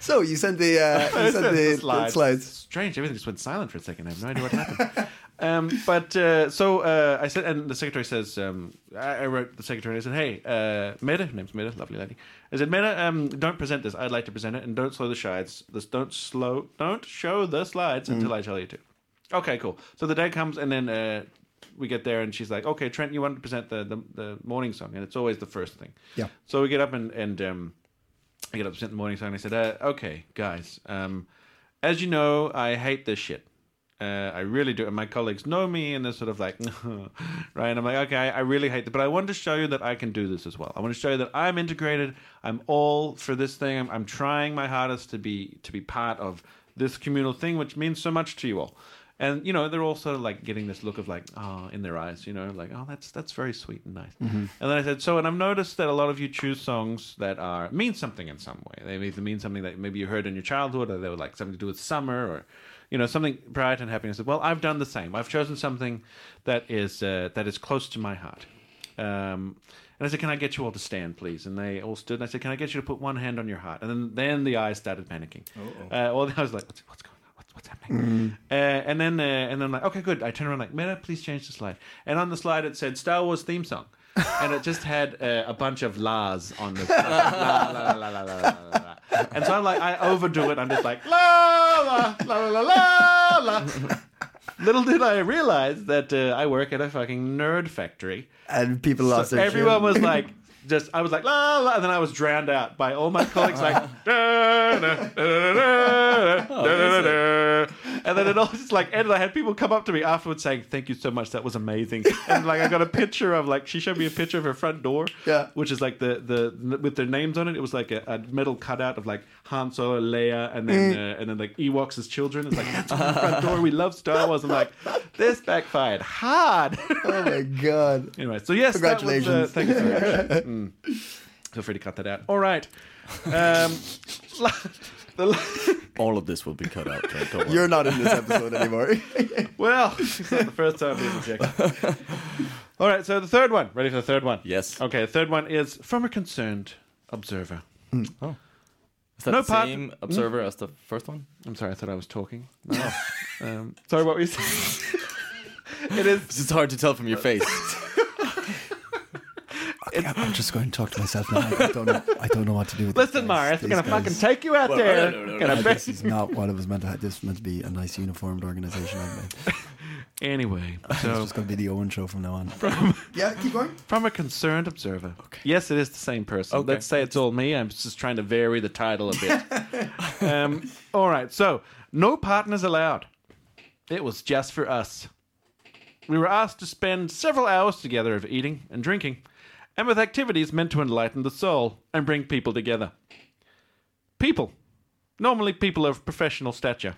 C: so you sent the
B: <laughs>
C: <laughs> uh, you sent
B: Send
C: the
B: the slides.
C: slides. slides.
B: Strange, everything just went silent for a second. I have no idea what happened. <laughs> um, but uh, so uh, I said, and the secretary says, um, I, I wrote the secretary. and I said, hey, uh, Meda, her name's Meda, lovely lady. I said, Meda, um, don't present this. I'd like to present it, and don't slow the slides. This don't slow, don't show the slides
C: Mm.
B: until I tell you to. Okay, cool. So the day comes, and then uh, we get there, and she's like, okay, Trent, you want to present the, the the morning song, and it's always the first thing.
C: Yeah.
B: So we get up and and. Um, I get up sent the morning song and I said, uh, okay, guys, um, as you know, I hate this shit. Uh, I really do. And my colleagues know me and they're sort of like, <laughs> right? And I'm like, okay, I really hate this. But I want to show you that I can do this as well. I want to show you that I'm integrated. I'm all for this thing. I'm, I'm trying my hardest to be to be part of this communal thing, which means so much to you all. And you know they're all sort of like getting this look of like ah in their eyes, you know, like oh that's that's very sweet and nice. And then I said so, and I've noticed that a lot of you choose songs that are mean something in some way. They either mean something that maybe you heard in your childhood, or they were like something to do with summer, or you know something bright and happy. And I said, well, I've done the same. I've chosen something that is uh, that is close to my heart. Um, and I said, "Can I get you all to stand, please?" And they all stood. And I said, "Can I get you to put one hand on your heart?" And then, then the eyes started panicking. Uh, well, <laughs> I was like, "What's, what's going on? What's, what's happening?" Uh, and then, uh, and then, I'm like, "Okay, good." I turn around, like, "Meta, please change the slide." And on the slide, it said "Star Wars theme song," and it just had uh, a bunch of "las" on the. <laughs> la, la, la, la, la, la, la, la. And so I'm like, I overdo it. I'm just like la la la la la la. Little did I realize that uh, I work at a fucking nerd factory.
C: And people lost
B: So
C: their
B: everyone
C: shit.
B: was like, just I was like la la, and then I was drowned out by all my colleagues like da, da, da, da, da, da, da, da. and then it all just like ended. I had people come up to me afterwards saying, "Thank you so much, that was amazing." And like I got a picture of like she showed me a picture of her front door,
C: Yeah.
B: which is like the the with their names on it. It was like a, a metal cutout of like Han Solo, Leia, and then uh, and then like Ewoks as children. It's like that's our front door. We love Star Wars. I'm like this backfired hard.
C: <laughs> Oh my god.
B: Anyway, so yes, That was,
C: Congratulations.
B: uh, thank you so much. Mm. Feel free to cut that out. All right. Um, <laughs> la- the la-
D: All of this will be cut out.
B: <laughs>
D: Trent, don't worry.
C: You're not in this <laughs> episode anymore.
B: well, it's not the first time being rejected. All right, so the third one. Ready for the third one?
D: Yes.
B: Okay, the third one is from a concerned observer.
D: Is that
B: No Mm.
D: the
B: part-
D: same observer as the first one?
B: I'm sorry, I thought I was talking. No. <laughs> um, sorry, what were you saying? it is
D: It's hard to tell from
B: Uh,
D: your
B: <laughs>
D: face. <laughs>
C: Yeah, I'm just going to talk to myself now. I don't know. I don't know what to do. With
B: Listen, Marius, we're
C: These
B: gonna
C: guys-
B: fucking take you out there.
D: no, no, no,
B: Gonna
C: Uh,
B: bang-
C: this is not what it was meant to. Have. This was meant to be a nice uniformed organization. I mean,
B: Anyway,
C: It's
B: so
C: just going to be the Owen show from now on. yeah, keep going.
B: From a concerned observer. Yes, it is the same person.
D: Okay.
B: Let's say it's all me. I'm just trying to vary the title a bit. <laughs> um, all right. So, no partners allowed. It was just for us. We were asked to spend several hours together of eating and drinking, and with activities meant to enlighten the soul and bring people together. People, normally people of professional stature,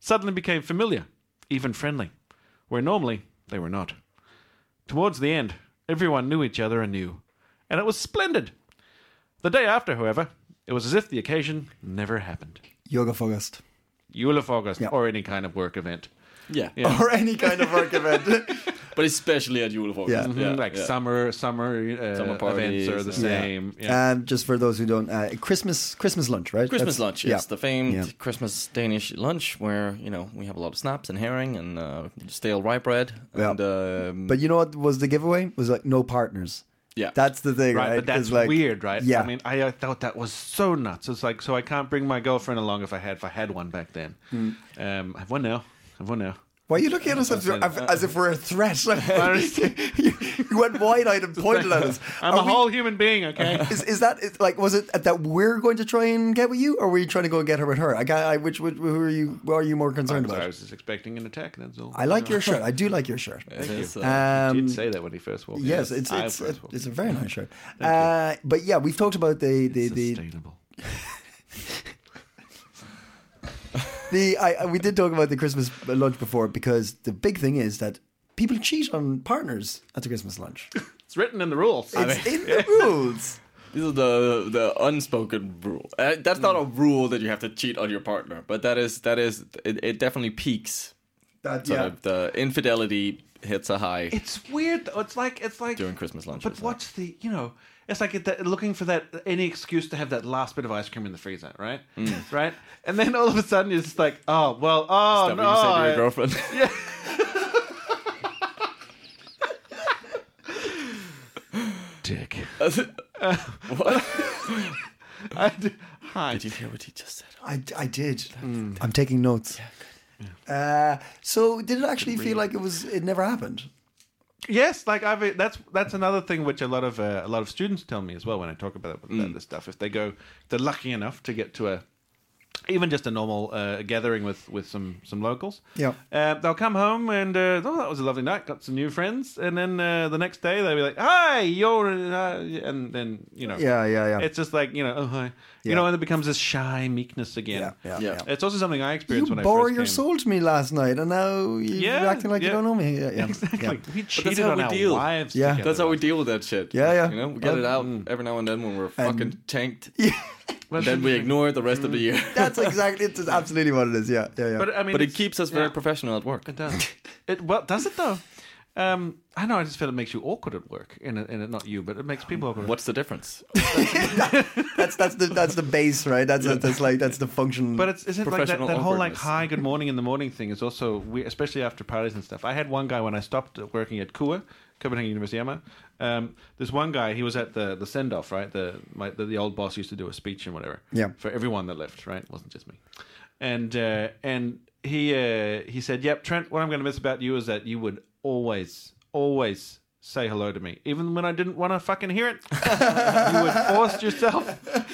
B: suddenly became familiar, even friendly, where normally they were not. Towards the end, everyone knew each other anew, and it was splendid. The day after, however, it was as if the occasion never happened.
C: Yoga focused.
B: Yule of August,
C: Yeah.
B: or any kind of work event.
D: Yeah.
C: or any kind of work
B: <laughs>
C: event.
D: But especially at Yule of August.
C: Yeah.
B: Mhm, like summer, summer, uh,
D: Summer
B: events are
D: parties,
B: the
D: yeah.
B: same. Yeah.
C: Um, just for those who don't, uh, Christmas Christmas lunch, right?
D: Christmas
C: That's-
D: lunch, yes,
C: yeah.
D: the famed
C: Yeah.
D: Christmas Danish lunch where you know we have a lot of snaps and herring and uh, stale rye bread
C: Yeah.
D: and um,
C: But you know what was the giveaway? Was like no partners.
D: Yeah.
C: that's the thing, right?
B: Right, but
C: 'Cause,
B: that's
C: like,
B: weird, right?
C: Yeah,
B: I mean, I uh, thought that was so nuts. It's like, so I can't bring my girlfriend along if I had if I had one back then.
C: Hmm.
B: Um, I've one now. I've one now.
C: why are you looking at us as, as, as if we're a
B: <laughs>
C: threat? <laughs> you, you went wide-eyed and pointed at us.
B: <laughs> I'm
C: Are
B: a
C: we-
B: whole human being, okay?
C: <laughs> Is, is that is- like was it that we're going to try and get with you, or were you trying to go and get her with her? I got. I, which, which who are you? What are you more concerned
B: Sorry, I
C: about?
B: was just expecting an attack. That's all.
C: I like your shirt. I do like your shirt.
D: it is, uh,
C: Um,
B: He did say that when he first walked. in.
C: Yes, it's
B: I
C: it's
B: first
C: it,
B: walked
C: it's
B: in.
C: a very nice
B: <laughs>
C: shirt. Uh, but yeah, we've talked about the the the,
B: sustainable.
C: the I, I- we did talk about the Christmas lunch before because the big thing is that people cheat on partners at the Christmas lunch. It's
B: It's written in the rules. I mean,
C: in the rules.
D: This is the the unspoken rule. Uh, that's not a
C: Hmm.
D: rule that you have to cheat on your partner, but that is that is it, it definitely peaks.
C: That,
D: Sort
C: yeah.
D: of the infidelity hits a high
B: it's weird. Though. It's like it's like
D: during Christmas lunch.
B: But what's the you know? It's like it- that, looking for that any excuse to have that last bit of ice cream in the freezer, right?
C: Hmm.
B: Right, and then all of a sudden you're just like, oh well, oh
D: that
B: no,
D: what you said to
B: I-
D: your girlfriend?
C: <laughs>
B: dick.
D: <laughs> what?
B: <laughs>
C: <laughs>
B: I d- hi.
D: Did you hear what he just said?
C: I, I did. I'm taking notes. Uh, so did it actually feel like it was? It never happened.
B: Yes, like I've that's that's another thing which a lot of uh, a lot of students tell me as well when I talk about, about
C: Mm.
B: this stuff. If they go, if they're lucky enough to get to a even just a normal uh, gathering with with some some locals.
C: Yeah.
B: uh, they'll come home and uh, oh, that was a lovely night. Got some new friends, and then uh, the next day they'll be like, "Hi, you're," uh, and then you know,
C: Yeah, yeah, yeah.
B: It's just like you know, oh hi,
C: Yeah.
B: you know, and it becomes this shy meekness again.
C: Yeah, yeah,
D: Yeah.
C: yeah.
B: It's also something I
C: You
B: experienced when I
C: bore
B: first
C: your
B: came.
C: soul to me last night, and now you're
B: Yeah,
C: acting like you
B: yeah.
C: don't know me. Yeah,
B: <laughs>
C: yeah,
B: Exactly.
C: yeah.
B: We cheated
D: how
B: on
D: we
B: our
D: deal.
B: wives.
C: Yeah.
B: together.
D: That's how we deal with that shit.
C: Yeah, yeah. Um, mm.
D: You know, we get it out every now and then when we're fucking
C: <laughs>
D: tanked.
B: Well,
D: Then we
B: shouldn't
D: ignore it the rest of the year.
C: That's exactly. It's absolutely what it is. Yeah, yeah, yeah.
B: But uh, I mean,
D: <laughs> but it
B: it's-
D: keeps us very
B: yeah.
D: professional at work.
B: It does. <laughs> it well does it though. Um, I know. I just feel it makes you awkward at work, and it, and it, not you, but it makes people awkward.
D: What's the difference?
C: that's that's the that's the base, right? That's that's like that's the function.
B: But it's isn't like that,
D: Mm, Professional
B: that whole like
D: awkwardness.
B: hi, good morning in the morning thing is also we especially after parties and stuff. I had one guy when I stopped working at KUA, Copenhagen University Emma. Um, this one guy, he was at the the send off, right? The, my, the the old boss used to do a speech and whatever.
C: Yeah.
B: For everyone that left, right? It wasn't just me. And uh, and he uh, he said, "Yep, Trent. What I'm going to miss about you is that you would always, always." Say hello to me, even when I didn't want to fucking hear it you would force yourself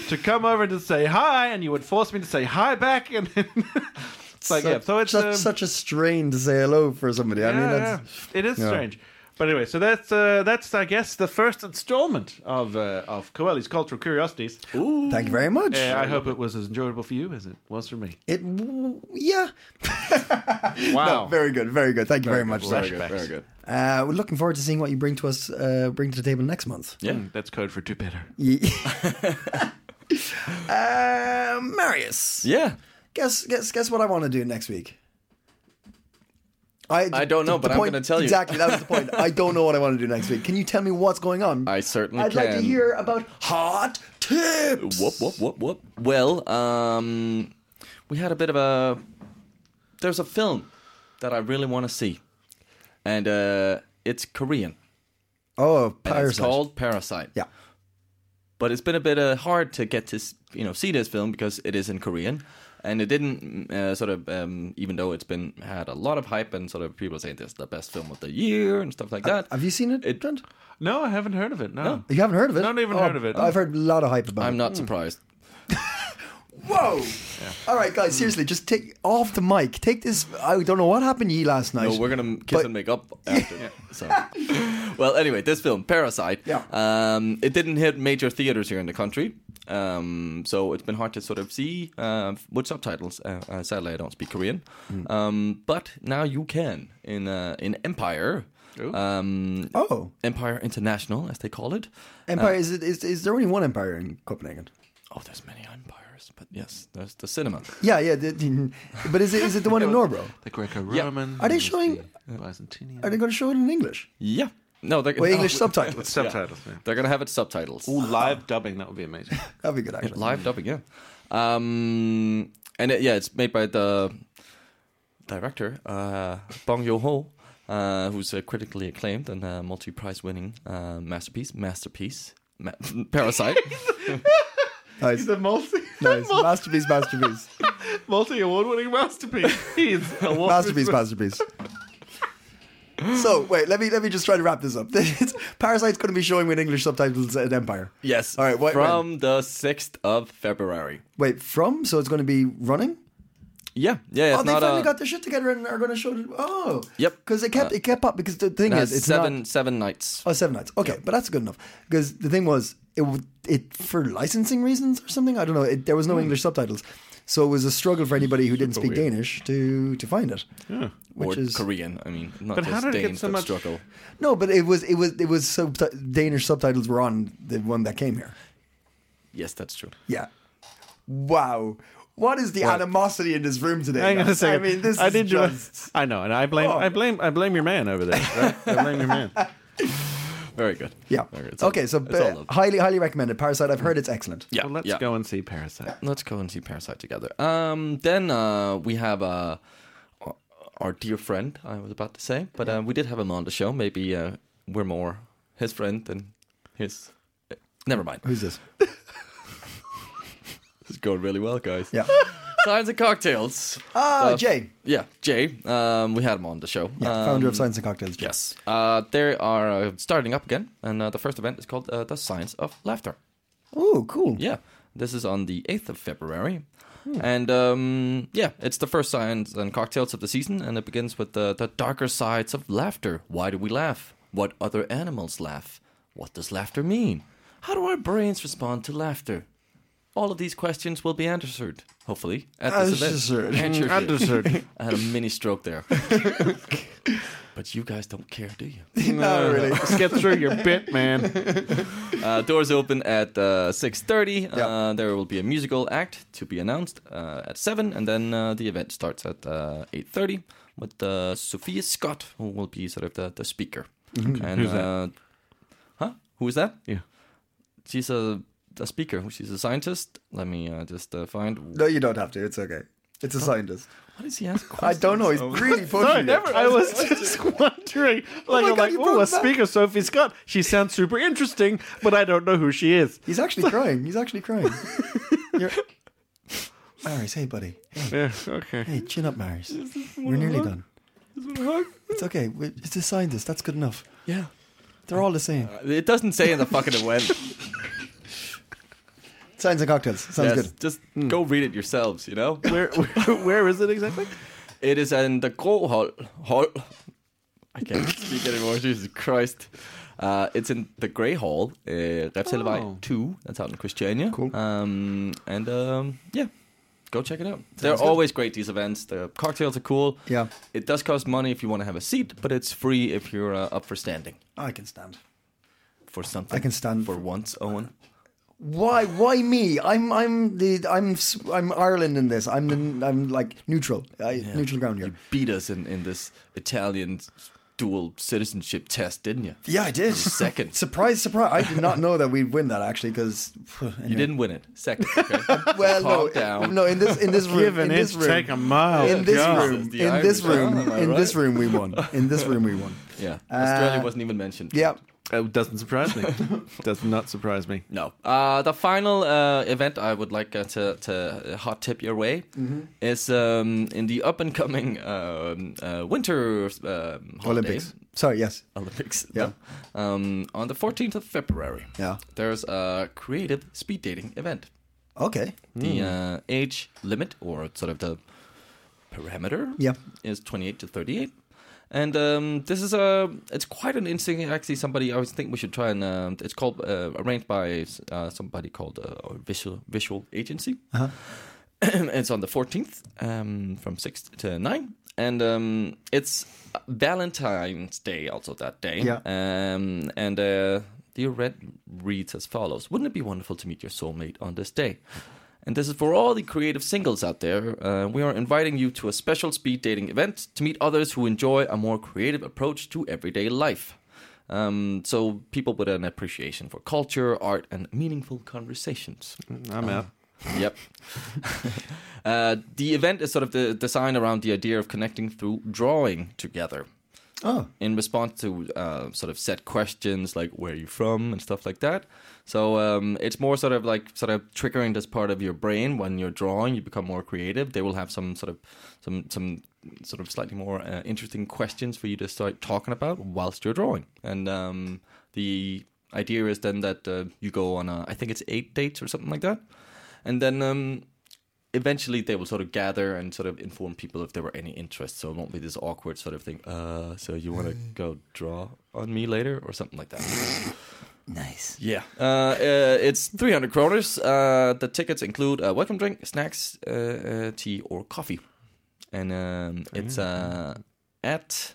B: to come over to say hi, and you would force me to say hi back, and <laughs> it's like yeah. So it's
C: such,
B: um,
C: such a strain to say hello for somebody. I mean,
B: yeah,
C: that's,
B: yeah. it is
C: yeah.
B: strange. But anyway, so that's uh, that's I guess the first installment of uh, of Coeli's cultural curiosities.
C: thank you very much.
B: Uh, I hope it was as enjoyable for you as it was for me.
C: It, w- yeah,
B: Wow,
C: very good, very good. Thank you very, much.
B: Oh. Very
C: Sir.
D: Very good. Very
C: <laughs>
D: good.
C: Uh, we're looking forward to seeing what you bring to us, uh, bring to the table next month.
D: Yeah.
B: Mm, that's code for do better.
D: <laughs>
C: Ye- <laughs> uh, Marius,
D: Yeah.
C: guess guess guess what I want to do next week. I,
D: I don't know, but I'm
C: point-
D: gonna tell you.
C: Exactly, that was the point. I don't know what I want to do next week. Can you tell me what's going on?
D: I certainly
C: I'd like to
D: can.
C: hear about hot tips.
D: Whoop whoop whoop whoop. Well, um, we had a bit of a. There's a film that I really want to see, and uh, it's Korean.
C: Oh,
D: and
C: Parasite.
D: It's called Parasite.
C: Yeah.
D: But it's been a bit uh, hard to get to s- you know see this film because it is in Korean, and it didn't mm, uh, sort of um, even though it's been had a lot of hype and sort of people saying this is the best film of the year and stuff like that.
C: Have you seen it, Trent?
B: No, I haven't heard of it. No,
C: You haven't heard of it?
B: Not even
C: Oh,
B: heard of it.
C: I've heard a lot of hype about
D: I'm
C: it.
D: not surprised.
C: Whoa! All right, guys, seriously, just take off the mic. Take this. I don't know what happened to you last night.
D: No, Oh, we're gonna kiss
C: But-
D: and
C: <laughs>
D: make up after. So, well, anyway, this film, Parasite.
C: Yeah.
D: Um, it didn't hit major theaters here in the country, um, so it's been hard to sort of see uh, with subtitles. Uh, uh, sadly, I don't speak Korean,
C: Hmm.
D: um, but now you can in uh, in Empire.
B: Ooh.
D: Um,
C: oh,
D: Empire International, as they call it.
C: Empire is, it- is is there only one Empire in Copenhagen?
D: oh, there's many empires, but yes, there's the cinema.
C: Yeah, yeah. the- the- but is it is it the one
D: <laughs>
C: in Norbro?
A: The Greco-Roman.
C: Are they
A: there's
C: showing-
A: the Byzantinian?
C: Are they going to show it in English?
D: Yeah, no, they're,
C: With
D: <laughs>
C: English
D: oh,
C: subtitles?
B: Subtitles. Yeah.
D: They're gonna have it subtitles.
B: Ooh, live dubbing. That would be amazing.
C: That'd be good, actually.
D: <laughs> live dubbing, yeah. Um, and it, yeah, it's made by the director uh, Bong Joon Ho, uh, who's a critically acclaimed and uh, multi-prize winning uh, masterpiece, masterpiece, ma- <laughs>
C: <laughs>
D: Parasite.
C: Nice,
B: the multi,
C: nice.
D: <laughs>
C: masterpiece, masterpiece,
B: multi award winning masterpiece. He's a walk-
C: masterpiece, masterpiece. So wait, let me let me just try to wrap this up. <laughs> It's- Parasite's going to be showing with English subtitles at Empire.
D: yes.
C: All right, wait,
D: from the sixth of February.
C: Wait, from so it's going to be running.
D: Yeah, yeah. It's
C: oh, they
D: not
C: finally
D: a,
C: got their shit together and are going to show. it. Oh,
D: Yep. Uh,
C: Because it kept it kept up because the thing
D: it
C: is
D: has
C: it's
D: seven
C: Not,
D: seven nights.
C: oh, seven nights. Okay, but that's good enough because the thing was it w- it for licensing reasons or something. I don't know. It, there was
D: Hmm.
C: no English subtitles, so it was a struggle for anybody who didn't speak Danish to to find it. Yeah. Which
D: or
C: is
D: Korean. I mean, not
B: But
D: just
B: how did it get
D: Danes
B: so
D: that
B: much-
D: struggle.
C: no, but it was it was it was subti- Danish subtitles were on the one that came here.
D: Yes, that's true.
C: Yeah. Wow. What is the animosity in this room today?
B: Hang on a
C: guys?
B: second.
C: I mean, this
B: I
C: is
B: did do it.
D: <laughs>
C: just
B: I know, and I blame,
C: Oh.
B: I blame, I blame your man over there. <laughs> Right? I blame your man.
D: Very good.
C: yeah.
D: Very good. It's all-
C: Okay, so
D: it's all
C: uh,
D: love.
C: highly, highly recommended. Parasite. I've heard it's excellent.
D: yeah,
B: Well, let's
D: yeah.
B: go and see Parasite.
D: let's go and see Parasite together. Um, then uh, we have uh, our dear friend. I was about to say, but uh, we did have him on the show. Maybe uh, we're more his friend than his. eh, Never <laughs> mind.
C: Who's this?
D: This is going really well, guys.
C: <laughs> Yeah.
D: Science and cocktails.
C: Ah,
D: Uh,
C: Jay,
D: Yeah, Jay. Um, we had him on the show.
C: yeah,
D: Um,
C: founder of Science and Cocktails. Jay.
D: Yes, uh, they are uh, starting up again, and uh, the first event is called uh, the Science of Laughter.
C: Oh, cool. <laughs>
D: Yeah, this is on the 8th of February. And um, yeah, it's the first science and cocktails of the season, and it begins with the, the darker sides of laughter. Why do we laugh? What other animals laugh? What does laughter mean? How do our brains respond to laughter? All of these questions will be answered, hopefully, at this
C: Answered.
D: event. Answered.
B: <laughs> Understood.
D: I had a mini stroke there. but you guys don't care, do you?
C: Not really.
B: Just get through your bit, <laughs> man.
D: Uh, doors open at uh, 6.30
C: Yeah.
D: uh, there will be a musical act to be announced uh, at 7 and then uh, the event starts at uh, 8.30 with uh, sophia scott who will be sort of the, the speaker and
B: Who's that?
D: Uh, huh who is that
B: Yeah.
D: she's a, a speaker she's a scientist let me uh, just uh, find
C: No, you don't have to. It's okay. It's a scientist.
D: what is he asking
C: I don't know. He's
D: Oh. <laughs>
C: really pushing. it.
B: I was just wondering, like,
C: my
B: I'm
C: God,
B: like,
C: you
B: oh, a
C: brought back-
B: speaker, Sophie Scott. She sounds super interesting, but I don't know who she is.
C: He's actually crying. He's actually
D: <laughs>
C: crying. You're... Maris, hey buddy.
B: Yeah. Okay.
C: Hey, chin up, Maris. We're nearly done. It's okay. We- It's a scientist. That's good enough.
D: yeah
C: They're all the same.
D: it doesn't say in the fucking event
C: Science and cocktails. Sounds
D: Yes,
C: good.
D: just go read it yourselves you know
B: Where, where, where is it <laughs> exactly?
D: It is in the Go Hall. hall. I
C: <coughs>
D: can't speak anymore. Jesus Christ. Uh, it's in the Grey Hall, uh, Reptilevej
B: Oh.
D: 2. That's out in Christiania.
C: Cool.
D: Um, and um, yeah, go check it out. They're always great, these events. The cocktails are cool.
C: Yeah.
D: It does cost money if you want to have a seat, but it's free if you're uh, up for standing
C: I can stand.
D: for something.
C: I can stand
D: for
C: for-
D: once, Owen.
C: Why? Why me? I'm I'm the I'm s- I'm Ireland in this. I'm the, I'm like neutral. I, Neutral ground here.
D: You beat us in, in this Italian dual citizenship test, didn't you?
C: Yeah, I did.
D: Second.
C: <laughs> Surprise, surprise! I did not know that we'd win that actually because
D: You didn't win it. Second. Okay?
C: <laughs> Well,
D: Calm
C: no,
D: down.
C: no. In this in
B: <laughs>
C: this room,
B: Give
C: in
B: an
C: this
B: inch,
C: room,
B: take a mile.
C: in this
B: God.
C: room,
D: the
C: in this
D: Irish,
C: room,
D: huh? Am I
C: in
D: right?
C: this room, we won. In this room, we won.
D: Yeah, Australia wasn't even mentioned.
C: Uh, Yeah.
B: It Oh, doesn't <laughs> surprise me. Does not surprise me.
D: No. Uh, the final uh, event I would like uh, to, to hot tip your way
C: Mm-hmm.
D: is um, in the up and coming um, uh, winter um, holiday.
C: Olympics. Sorry. Yes.
D: Olympics.
C: Yeah.
D: no. Um, on the 14th of February,
C: Yeah.
D: there's a creative speed dating event.
C: Okay.
D: The uh, age limit, or sort of the parameter,
C: Yeah.
D: is 28 to 38. And um, this is a, it's quite an interesting, actually, somebody, I always think we should try and, um it's called, uh, arranged by uh, somebody called uh, Visual, Visual Agency.
C: Uh-huh.
D: <clears throat> it's on the 14th um, from 6 to 9. And um, it's Valentine's Day also that day.
C: Yeah.
D: Um, and uh, The red reads as follows Wouldn't it be wonderful to meet your soulmate on this day? And this is for all the creative singles out there. Uh, we are inviting you to a special speed dating event to meet others who enjoy a more creative approach to everyday life. Um, so, people with an appreciation for culture, art, and meaningful conversations.
B: I'm out.
D: Yep. <laughs> uh, the event is sort of the design around the idea of connecting through drawing together.
C: Oh,
D: In response to uh, sort of set questions like where are you from and stuff like that. So um, it's more sort of like sort of triggering this part of your brain when you're drawing. You become more creative. They will have some sort of some some sort of slightly more uh, interesting questions for you to start talking about whilst you're drawing. And um, the idea is then that uh, you go on a, I think it's eight dates or something like that, and then um, eventually they will sort of gather and sort of inform people if there were any interest. So it won't be this awkward sort of thing. Uh, so you want to go draw on me later or something like
B: <laughs>
D: that.
C: nice.
D: Yeah. Uh, uh, it's 300 kroners. Uh, the tickets include a welcome drink, snacks, uh, uh, tea, or coffee. And um,
B: Oh,
D: it's uh, at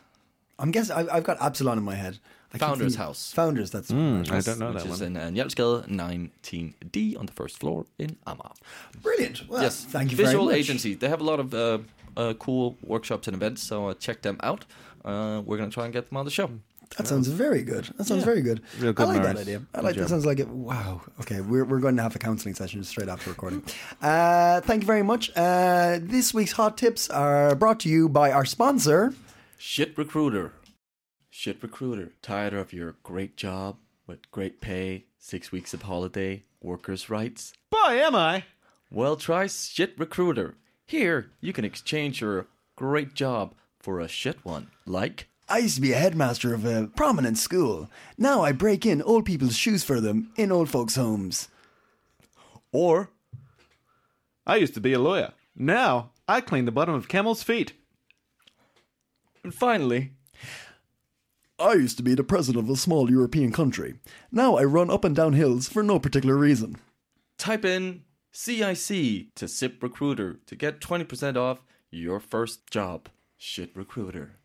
C: I'm guessing I, I've got Absalon in my head. I keep
D: Founders
C: thinking-
D: House.
C: Founders, that's
B: Mm, I don't know
D: which
B: that
D: is
B: one.
D: in uh, Njalsgade 19D on the first floor in Amager.
C: brilliant. Well,
D: yes,
C: thank you very
D: Visual
C: much.
D: Agency. They have a lot of uh, uh, cool workshops and events, so uh, check them out. Uh, we're gonna try and get them on the show.
C: That sounds very good. That sounds very good.
B: Um, Real good
C: I like that
B: Maris.
C: idea. I
B: Good
C: like that.
B: job.
C: Sounds like it. Wow. Okay, we're, we're going to have a counselling session straight after recording. Uh, thank you very much. Uh, this week's hot tips are brought to you by our sponsor.
D: Shit recruiter. Shit recruiter. Tired of your great job with great pay, six weeks of holiday, workers' rights?
B: Boy, am I.
D: Well, try Shit Recruiter. Here, you can exchange your great job for a shit one. Like,
C: I used to be a headmaster of a prominent school. Now I break in old people's shoes for them in old folks' homes.
D: or
B: I used to be a lawyer. Now I clean the bottom of camel's feet.
D: and finally,
C: I used to be the president of a small European country. Now I run up and down hills for no particular reason.
D: type in CIC to Sip Recruiter to get 20% off your first job. Shit Recruiter.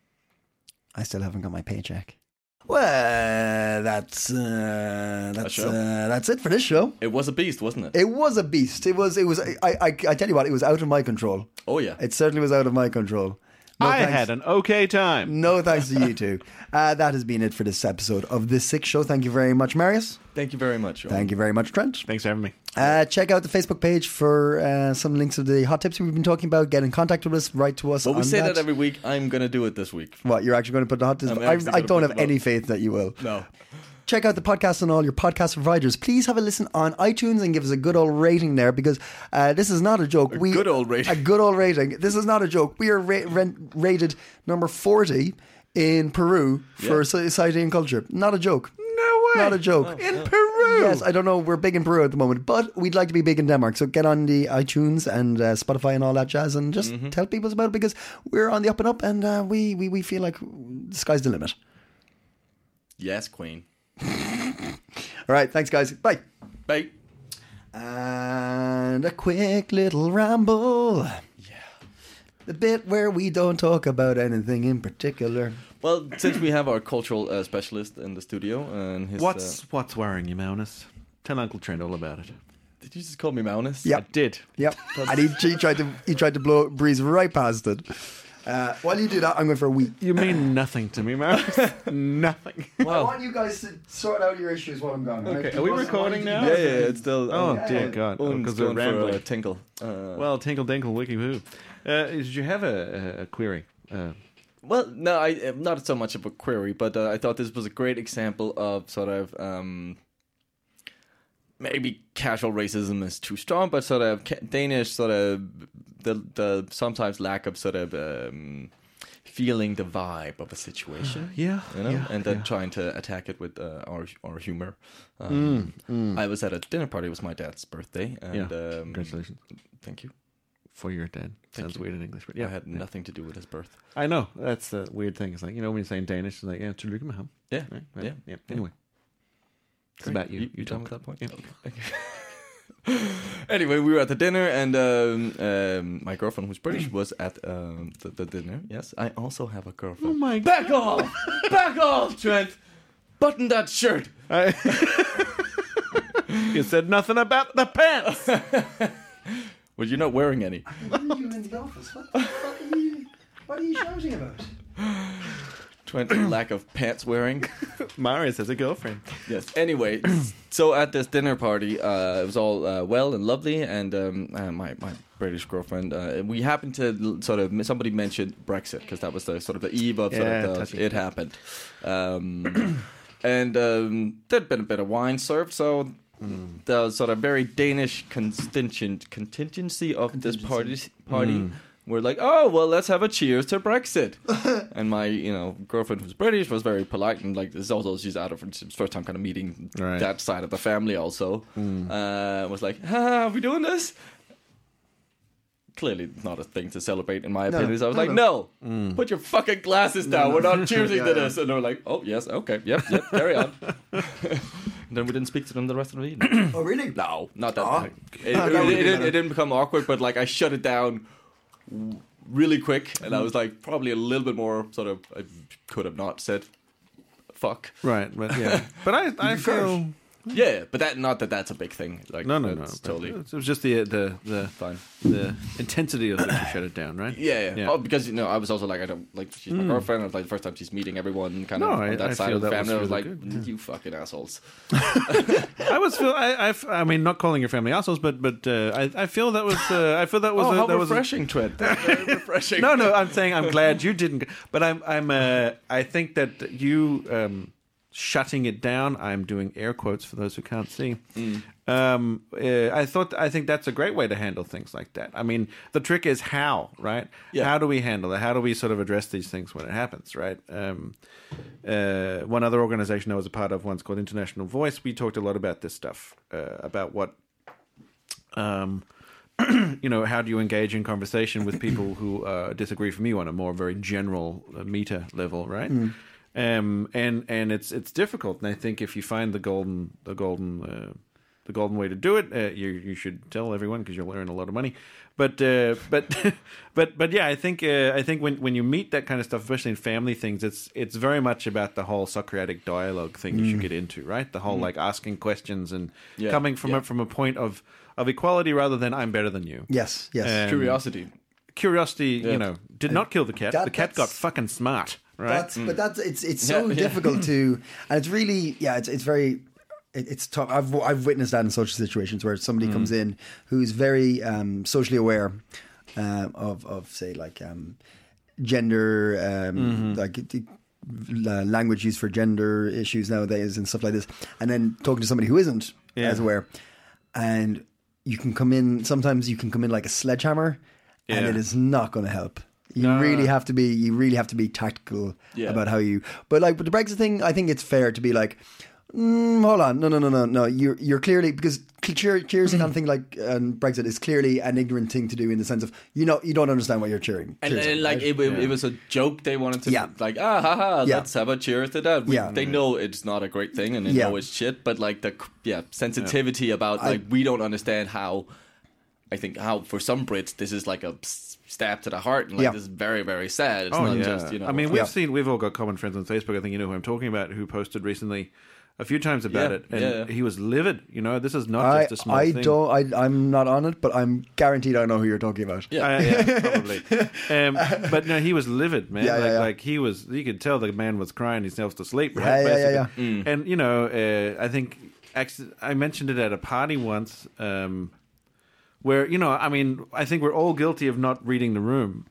C: I still haven't got my paycheck. Well, that's uh, that's
D: show.
C: uh, that's it for this show.
D: It was a beast, wasn't it?
C: It was a beast. It was it was. I, I I tell you what, it was out of my control.
D: oh, yeah.
C: It certainly was out of my control. No
B: I
C: thanks-
B: had an okay time.
C: no thanks to you two. Uh, that has been it for this episode of the Sick Show. Thank you very much, Marius.
D: Thank you very much. Joel.
C: Thank you very much, Trent.
B: Thanks for having me.
C: Uh, check out the Facebook page for uh, some links of the hot tips we've been talking about. Get in contact with us. Write to us.
D: Well, we
C: on
D: say that every week. I'm going to do it this week.
C: What you're actually going to put the hot tips?
D: I'm
C: I,
D: actually
C: I
D: gonna put
C: don't have
D: them up.
C: any faith that you will.
D: No.
C: Check out the podcast on all your podcast providers. Please have a listen on iTunes and give us a good old rating there because uh, this is not a joke. we
D: good old rating.
C: A good old rating. This is not a joke. We are ra- ren- rated number forty in Peru for
D: Yeah.
C: society and culture. Not a joke.
B: No way.
C: Not a joke.
B: In Peru.
C: Oh, Yes, I don't know. We're big in Peru at the moment, but we'd like to be big in Denmark. So get on the iTunes and uh, Spotify and all that jazz, and just tell people about it because we're on the up and up, and uh, we, we we feel like the sky's the limit.
D: Yes, Queen.
C: All right, thanks guys. Bye.
D: Bye.
C: And a quick little ramble. Yeah. The bit where we don't talk about anything in particular.
D: Well, since we have our cultural uh, specialist in the studio and his.
B: What's
D: Uh,
B: what's worrying you, Maunus? Tell Uncle Trent all about it.
D: did you just call me Maunus?
C: Yeah.
B: I did.
C: Yep. <laughs> and he, he tried to he tried to blow breeze right past it. Uh, while you do that, I'm going for a week.
B: You mean
D: <clears throat>
B: nothing to me,
D: <laughs>
B: Maunus. nothing.
C: I
D: Wow.
C: <laughs> want you guys to sort out your issues while I'm gone. right?
B: Oh. Okay, are we
C: Because
B: recording
C: I-
B: now?
D: Yeah, yeah, yeah, it's still.
B: Oh,
D: <laughs> um,
B: dear
D: uh,
B: God. Oh,
D: Owen's
B: 'cause we're
D: going for a
B: rambling.
D: tinkle. Uh, well,
B: Well, tinkle dinkle wiki woo. Uh, did you have a, a- a query? Uh,
D: no, I uh, not so much of a query, but uh, I thought this was a great example of sort of um, maybe casual racism is too strong, but sort of ca- Danish sort of the the sometimes lack of sort of um, feeling the vibe of a situation.
B: yeah,
D: you
B: Uh-huh.
D: know,
B: yeah,
D: and then
B: yeah.
D: trying to attack it with uh, our our humor. Um, I was at a dinner party. It was my dad's birthday, and
B: Mm, Yeah.
D: um,
B: Congratulations
D: Thank you.
B: for your dad. Sounds
D: you.
B: weird in English, but
D: Yeah,
B: yeah,
D: I had nothing to do with his birth.
B: I know that's the weird thing. It's like you know when you're saying Danish, it's like yeah, to my home.
D: Yeah,
B: Right,
D: yeah,
B: right, yeah. Anyway, it's about you.
D: You, you done with that point?
B: Yeah.
D: Okay, thank you. <laughs> anyway, we were at the dinner, and um, um, my girlfriend, who's British, was at um, Oh the, the dinner. Yes, I also have a girlfriend.
B: my
D: Back off! Back off, Trent! button that shirt.
B: Oh <laughs> You said nothing about the
D: <laughs>
B: pants.
D: Well, you're not wearing any.
C: you in the office. What the fuck are you? What are you shouting about?
D: <clears throat> Trent, lack of pants wearing.
B: Marius has a girlfriend.
D: yes. Anyway, so at this dinner party, uh, it was all uh, well and lovely, and um, uh, my my British girlfriend, uh, we happened to l- sort of somebody mentioned Brexit because that was the sort of the eve of sort of
B: Yeah,
D: the,
B: touchy.
D: it happened, um, and um, there'd been a bit of wine served, so.
B: Mm.
D: The sort of very Danish contingent contingency of this party party were like, oh well, let's have a cheers to Brexit. and my you know girlfriend who's British was very polite and like this is also she's out of it's her first time kind of meeting
B: Right.
D: that side of the family also uh, was like ah, are we doing this clearly not a thing to celebrate in my
C: No,
D: opinion so I was
C: no,
D: like
C: no.
D: no, put your fucking glasses down we're not cheering to this and they were like oh yes okay yep yep carry on <laughs> and then we didn't speak to them the rest of the evening
C: Oh, really?
D: no, not that.
C: Aw.
D: like, It,
C: Ah,
D: it-
C: that would
D: it
C: be
D: didn't,
C: better.
D: it didn't become awkward, but like I shut it down w- really quick,
B: Mm.
D: and I was like probably a little bit more sort of I could have not said fuck.
B: Right, but
D: <laughs>
B: yeah. But I, I feel
D: Yeah, but that not that that's a big thing. Like
B: no, no, no.
D: it's
B: but
D: totally
B: It was just the the the
D: fine.
B: the intensity of which you shut it down, right?
D: Yeah, <coughs> yeah,
B: Yeah. Mm.
D: Oh, because you know, I was also like, I don't like she's my girlfriend. I was like, the first time she's meeting everyone, kind
B: No,
D: of
B: I-
D: on that
B: I
D: side
B: feel
D: of the
B: that was
D: family. I was like,
B: really
D: you fucking assholes.
B: I was feel I, I f- I mean not calling your family assholes, but but uh, I I feel that was uh, I feel that was
D: Oh,
B: a,
D: how
B: that was a-
D: refreshing,
B: <laughs>
D: Trent. That's very refreshing.
B: no no I'm saying I'm glad you didn't, but I'm I'm uh, I think that you um, shutting it down. I'm doing air quotes for those who can't see. Um, uh, I thought I think that's a great way to handle things like that. I mean, the trick is how, right?
D: Yeah.
B: How do we handle it? How do we sort of address these things when it happens, right? Um, uh, one other organization I was a part of once called International Voice. We talked a lot about this stuff uh, about what um, you know, how do you engage in conversation with people who uh, disagree from you on a more very general uh, meta level, right?
D: Hmm.
B: Um, and and it's it's difficult, and I think if you find the golden the golden uh, the golden way to do it, uh, you you should tell everyone because you'll earn a lot of money. But uh, but <laughs> but but yeah, I think uh, I think when when you meet that kind of stuff, especially in family things, it's it's very much about the whole Socratic dialogue thing you should get into, right? The whole like asking questions and
D: Hmm. Yeah,
B: coming from
D: yeah.
B: a, from a point of of equality rather than I'm better than you.
C: Yes, yes.
B: Um,
D: Curiosity.
B: Curiosity,
D: Yeah.
B: you know, did not kill the cat.
C: That-
B: the cat got
C: that's-
B: fucking smart, right?
C: That's but that's it's it's so
D: Yeah, yeah.
C: difficult to, and it's really yeah, it's it's very. it- It's tough. I've I've witnessed that in social situations where somebody comes in who's very um, socially aware um, of of say like um, gender, um, like uh, language used for gender issues nowadays and stuff like this, and then talking to somebody who isn't
B: Yeah.
C: as aware, and you can come in. Sometimes you can come in like a sledgehammer, and
B: Yeah.
C: it is not going to help. You really have to be. You really have to be tactical
D: Yeah.
C: about how you. But like with the Brexit thing, I think it's fair to be like, mm, hold on, no, no, no, no, no. You're you're clearly because cheer, cheering on thing like um, Brexit is clearly an ignorant thing to do in the sense of you know you don't understand what you're cheering.
D: And,
C: cheers
D: and
C: on,
D: like
C: right?
D: it, it, it was a joke they wanted to
C: Yeah.
D: like ah ha ha
C: Yeah.
D: let's have a cheer to that. We,
C: Yeah.
D: They know it's not a great thing and they
C: Yeah.
D: know it's shit, but like the c- yeah sensitivity about like we don't understand how I think how for some Brits this is like a s- stab to the heart and like
C: Yeah.
D: this is very very sad. It's
B: Oh,
D: not
B: yeah.
D: just you know
B: I mean, we've
C: Yeah.
B: seen, we've all got common friends on Facebook. I think you know who I'm talking about, who posted recently a few times about
D: Yeah,
B: it, and
D: yeah, yeah.
B: he was livid. You know, this is not
C: I
B: just a small
C: I
B: thing.
C: don't I I'm not on it, but I'm guaranteed I know who you're talking about.
D: Yeah.
B: Uh,
C: <laughs>
B: yeah, probably. Um, but no, he was livid, man.
C: Yeah, yeah,
B: like,
C: yeah.
B: like he was, you could tell the man was crying himself to sleep. Right?
C: Yeah, yeah, yeah, Mm.
B: basically. And you know, uh, I think acc- I mentioned it at a party once, um, where you know, I mean, I think we're all guilty of not reading the room